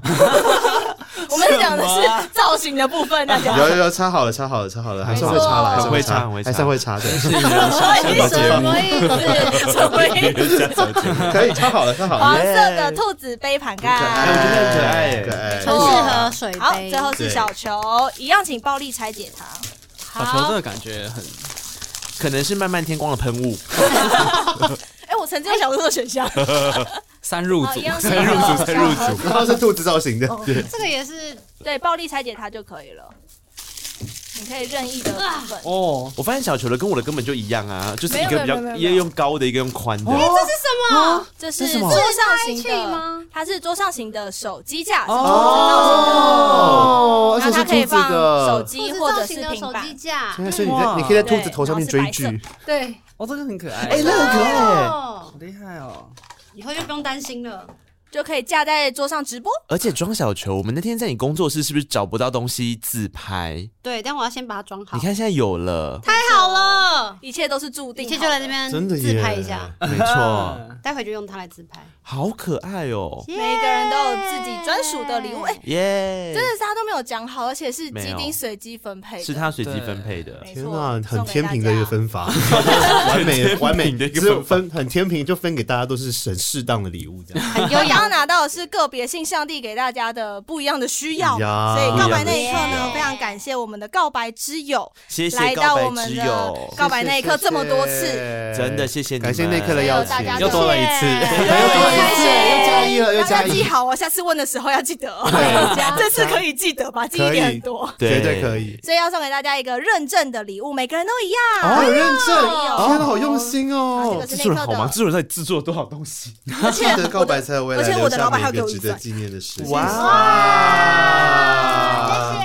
S2: 我们讲的是造型的部分，大家。
S3: 有有有，插好了，插好了，插好了，还算会插了，还算
S1: 很会插很
S3: 还
S1: 会插
S3: 算会插的，
S2: 什么意思？什么意思？
S3: 可以插好了，插好
S2: 黄
S3: 了，
S2: 色的兔子杯盘盖。
S3: 我觉得很可爱，
S1: 可
S3: 爱
S4: 很适合水杯。
S2: 好，最后是小球，一样请暴力拆解它。
S5: 小球这个感觉很
S1: 可能是漫漫天光的喷雾，
S2: 哎，我曾经有想过这个选 项，
S5: 三入
S2: 好
S5: 组
S2: 哦一，样是一个小盒
S3: 然哦后是兔子造型
S2: 哦
S3: 的，对，
S4: 这个也是
S2: 对，暴力拆解它就可以了。你可以任意的部分。
S5: 哦，
S1: 我发现小球的跟我的根本就一样啊，就是一
S2: 没有
S1: 个比较
S2: 没有没有没有
S1: 一个用高的，一个用宽的。
S2: 这是桌上型
S4: 这是什么
S2: 的，它是桌上型的手机架，是桌子造型的，
S3: 哦，而
S2: 然后
S3: 且
S2: 它
S3: 是
S2: 可以
S3: 兔
S2: 放
S3: 子
S2: 手
S3: 的。
S2: 机
S4: 兔子
S2: 或者
S4: 造
S2: 是
S4: 型的
S2: 平
S4: 手
S2: 板
S4: 机。架，
S3: 所以你在你可以在兔子头上面追
S2: 对然
S3: 剧，
S4: 对，
S5: 哦，这个很可爱，
S3: 哎，那很可爱，
S4: 哦，
S5: 好厉害哦，
S4: 以后就不用担心了。
S2: 就可以架在桌上直播。
S1: 而且装小球，我们那天在你工作室是不是找不到东西自拍？
S4: 对，但我要先把它装好。
S1: 你看现在有了，
S4: 太好了，
S2: 一切都是注定
S4: 一
S2: 好的，
S4: 切就来这边
S3: 真的耶
S4: 自拍一下，
S1: 没错，
S4: 待会就用它来自拍。
S1: 好可爱哦，
S2: 每个人都有自己专属的礼物。哎、
S1: 耶！
S2: 真的是他都没有讲好，而且是
S1: 没
S2: 基
S1: 有
S2: 丁随机分配的，
S1: 是他随机分配的，
S2: 没
S3: 天
S2: 错
S3: 呐，很
S2: 送给
S3: 天
S2: 大
S3: 平的一个
S2: 家
S3: 分法， 完美完美
S1: 天平的一个
S3: 只有
S1: 分法
S3: 分很天平，就分给大家都是很适当的礼物这样。
S4: 很优
S2: 刚
S4: 雅
S2: 刚，拿到的是个别性上帝给大家的不一样的需要，
S3: 呀
S2: 所以告白那一刻
S4: 不一
S2: 呢
S4: 样，的
S2: 非常感谢我们的告白之友
S1: 谢谢
S2: 来
S1: 告
S2: 到
S1: 白
S2: 我们
S1: 之
S2: 的
S1: 友，
S2: 告白那一刻这么多次，
S1: 真的谢谢你们
S3: 感谢那刻的邀请
S2: 呃大，家
S5: 又多了 一次
S2: 又
S3: 多了一次又加一了又
S2: 大家
S3: 加一
S2: 记好哦，下次问的时候要记得哦，这次可以记得吧，记忆点很多。
S1: 对
S3: 绝对可以。
S2: 所以要送给大家一个认证的礼物，每个人都一样。
S3: 好认证，
S2: 哎呦
S3: 天哪，好用心
S2: 啊这
S3: 哦
S2: 个！
S1: 制
S2: 是内
S1: 作人
S2: 克
S1: 好忙，
S2: 的
S1: 制作人到底制作了多少东西？
S3: 而 且的告白才有未来
S2: 而且我
S3: 留
S2: 的老
S3: 下
S2: 板还
S3: 每
S2: 有
S3: 一
S2: 给
S3: 个
S2: 我
S3: 值
S2: 预
S3: 得
S2: 算
S3: 纪念的事情。
S1: 哇！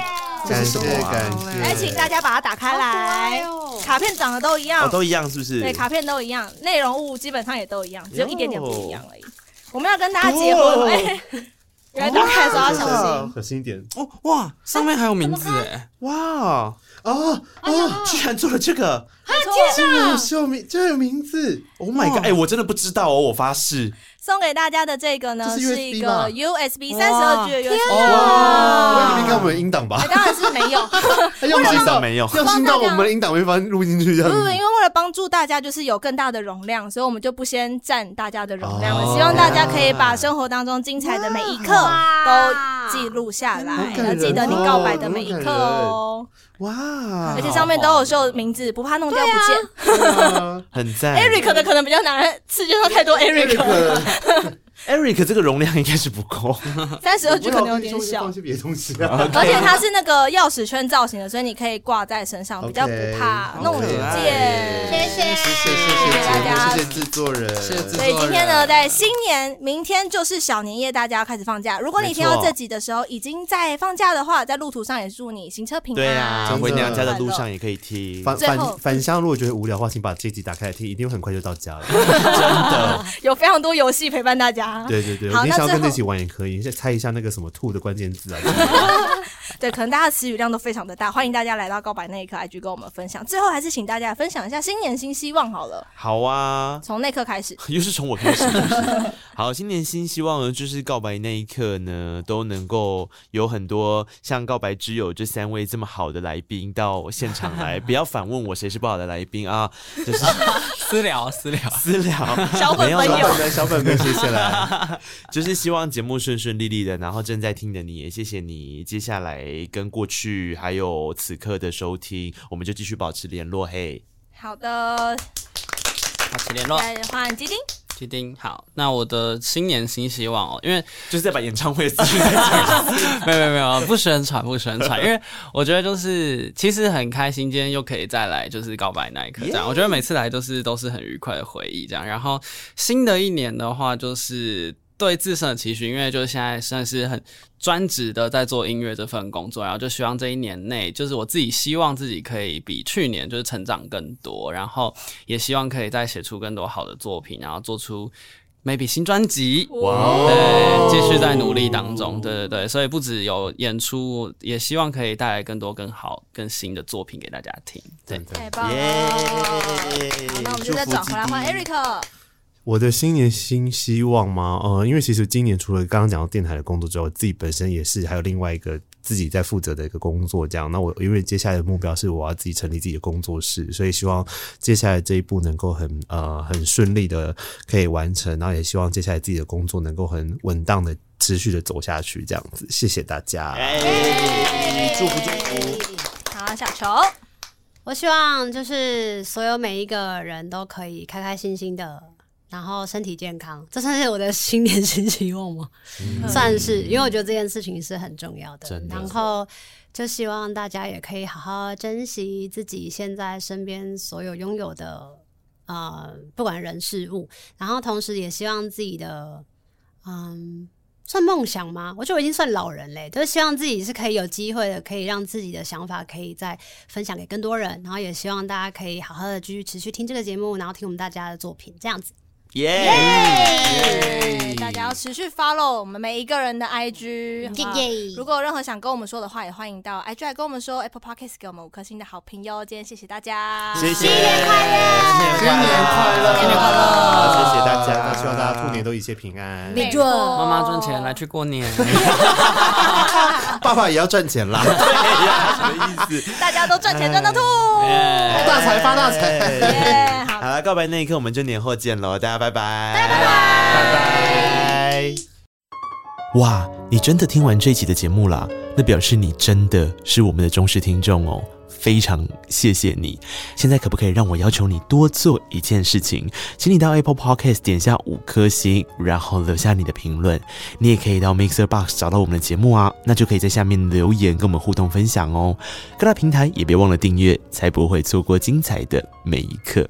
S3: 感
S1: 这是什
S3: 谢
S1: 么啊
S3: 感谢，
S2: 来，哎请大家把它打开来，卡片长得都一样
S1: 哦，，都一样是不是？
S2: 对，卡片都一样，内容物基本上也都一样，只有一点点不一样而已。我们要跟大家结
S3: 哦
S2: 婚，哎，原来打开的时候要啊小心。
S3: 小心一点。
S5: 哦哇，上面还有名字哎，
S3: 哇哦哦，居然做了这个，
S2: 天
S3: 竟然有秀名，竟然有名字！Oh my
S1: 哎、
S3: god！哎，
S1: 我真的不知道哦，我发誓，
S2: 送给大家的这个呢，
S3: 这是
S2: 是
S3: USB
S2: 一
S3: 吧
S2: 个 USB 三十二 G 的 USB，
S3: 哇，你们给我们音档吧
S2: 哎，当然是没 有。
S3: 用
S1: 音档没有
S3: 用心到我们的音档会把它录进去这样
S2: 不
S3: 子
S2: 是，因为为了帮助大家，就是有更大的容量，所以我们就不先占大家的容量了。
S3: 哦
S2: 希望大家可以把生活当中精彩的每一刻都记录下
S3: 好
S2: 来，
S3: 感人
S2: 要记得你告白的每一刻哦。
S3: 哇
S2: 而且上面都有秀名字，不怕弄掉不见。
S1: 很赞。
S2: Eric 的可能比较难，世界上太多 Eric，
S1: Eric 这个容量应该是不够，
S2: 三十二 G 可能有点小
S3: 放。些别的东西啊。
S2: 而且它是那个钥匙圈造型的，所以你可以挂在身上，比较不怕弄不见。
S3: 谢谢谢谢
S2: 谢大家
S3: 谢谢制作人，
S5: 谢谢制
S2: 所以今天呢，在新年，明天就是小年夜，大家要开始放假。如果你听
S1: 没
S2: 到
S1: 错
S2: 这集的时候已经在放假的话，在路途上也祝你行车平安。
S1: 对 啊，
S3: 真的
S1: 回娘家的路上也可以听，
S3: 返
S2: 最后
S3: 返返乡，如果觉得无聊的话，请把这集打开来听，一定会很快就到家了。
S2: 有非常多游戏陪伴大 家。
S3: 对对对，我
S2: 好，
S3: 你
S2: 那
S3: 想要
S2: 最
S3: 跟着
S2: 后
S3: 一起玩也可以，再猜一下那个什么兔的关键 字啊。
S2: 对，可能大家词语量都非常的大，欢迎大家来到告白那一刻 IG 跟我们分享。最后还是请大家分享一下新年新希望好了，
S1: 好啊。
S2: 从那刻开始。
S1: 又是从我开始。是不是好，新年新希望呢，就是告白那一刻呢，都能够有很多像告白之友这三位这么好的来宾到现场来， 不要反问我谁是不好的来宾啊， 就是
S5: 私聊私聊，
S1: 私聊。
S2: 小本
S1: 没有
S2: 本
S1: 小
S2: 有
S1: 本
S3: 本小本 本写下来。
S1: 就是希望节目顺顺利利的，然后正在听的你也谢谢你，接下来跟过去还有此刻的收听，我们就继续保持联络。嘿，
S2: 好的，
S5: 好，请联络，
S2: 来换基丁。
S5: 基丁。好，那我的新年新希望哦，因为
S1: 就是在把演唱会的资讯再 讲一次
S5: 没有没有没有，不宣传不宣传，因为我觉得就是其实很开心，今天又可以再来就是告白那一刻这样，我觉得每次来都是都是很愉快的回忆这样。然后新的一年的话，就是对自身的期许，因为就是现在算是很专职的在做音乐这份工作，然后就希望这一年内，就是我自己希望自己可以比去年就是成长更多，然后也希望可以再写出更多好的作品，然后做出 maybe 新专辑。
S1: 哦
S5: 对，继续在努力当中，对对对，所以不只有演出，也希望可以带来更多更好、更新的作品给大家听。对，
S2: 太棒了！
S1: 耶
S2: 好，那我们就再转回来换 Eric。
S3: 我的新年新希望吗？呃，因为其实今年除了刚刚讲到电台的工作之外，我自己本身也是还有另外一个自己在负责的一个工作，这样。那我因为接下来的目标是我要自己成立自己的工作室，所以希望接下来这一步能够很 呃很顺利的可以完成，然后也希望接下来自己的工作能够很稳当的持续的走下去，这样子。谢谢大家。
S1: 哎，祝福祝福，
S2: 好，小球，
S4: 我希望就是所有每一个人都可以开开心心的，然后身体健康，这算是我的新年新希望吗？算是，因为我觉得这件事情是很重要的。
S1: 嗯真的
S4: 然后就希望大家也可以好好珍惜自己现在身边所有拥有的，呃，不管人事物，然后同时也希望自己的，嗯。算梦想吗？我觉得我已经算老人嘞，就是希望自己是可以有机会的，可以让自己的想法可以再分享给更多人，然后也希望大家可以好好的继续持续听这个节目，然后听我们大家的作品，这样子。
S2: 对，
S1: 耶！
S2: 大家要持续 follow 我们每一个人的 IG，好不好
S7: 耶耶
S2: 如果有任何想跟我们说的话，也欢迎到 IG 来跟我们说 Apple Podcast 给我们五颗星的好评哟。今天谢谢大家，
S1: 谢谢，新年快乐，新年快乐，
S2: 新年快乐
S3: 好，谢谢大家，希望大家兔年都一切平安，
S2: 没
S7: 准
S2: 错
S5: 妈妈赚钱来去过年，
S3: 爸爸也要赚钱啦，
S1: 哎呀， 什么意思？
S2: 大家都赚钱赚到吐。
S1: 哎
S3: 大财发大 财。
S2: 耶，好
S1: 好。了，告白那一刻，我们就年后见喽，大家拜拜，大家拜拜，拜拜。哇，你真的听完这一集的节目啦？那表示你真的是我们的忠实听众哦。非常谢谢你！现在可不可以让我要求你多做一件事情？请你到 Apple Podcast 点下五颗星，然后留下你的评论。你也可以到 Mixer Box 找到我们的节目啊，那就可以在下面留言跟我们互动分享哦。各大平台也别忘了订阅，才不会错过精彩的每一刻。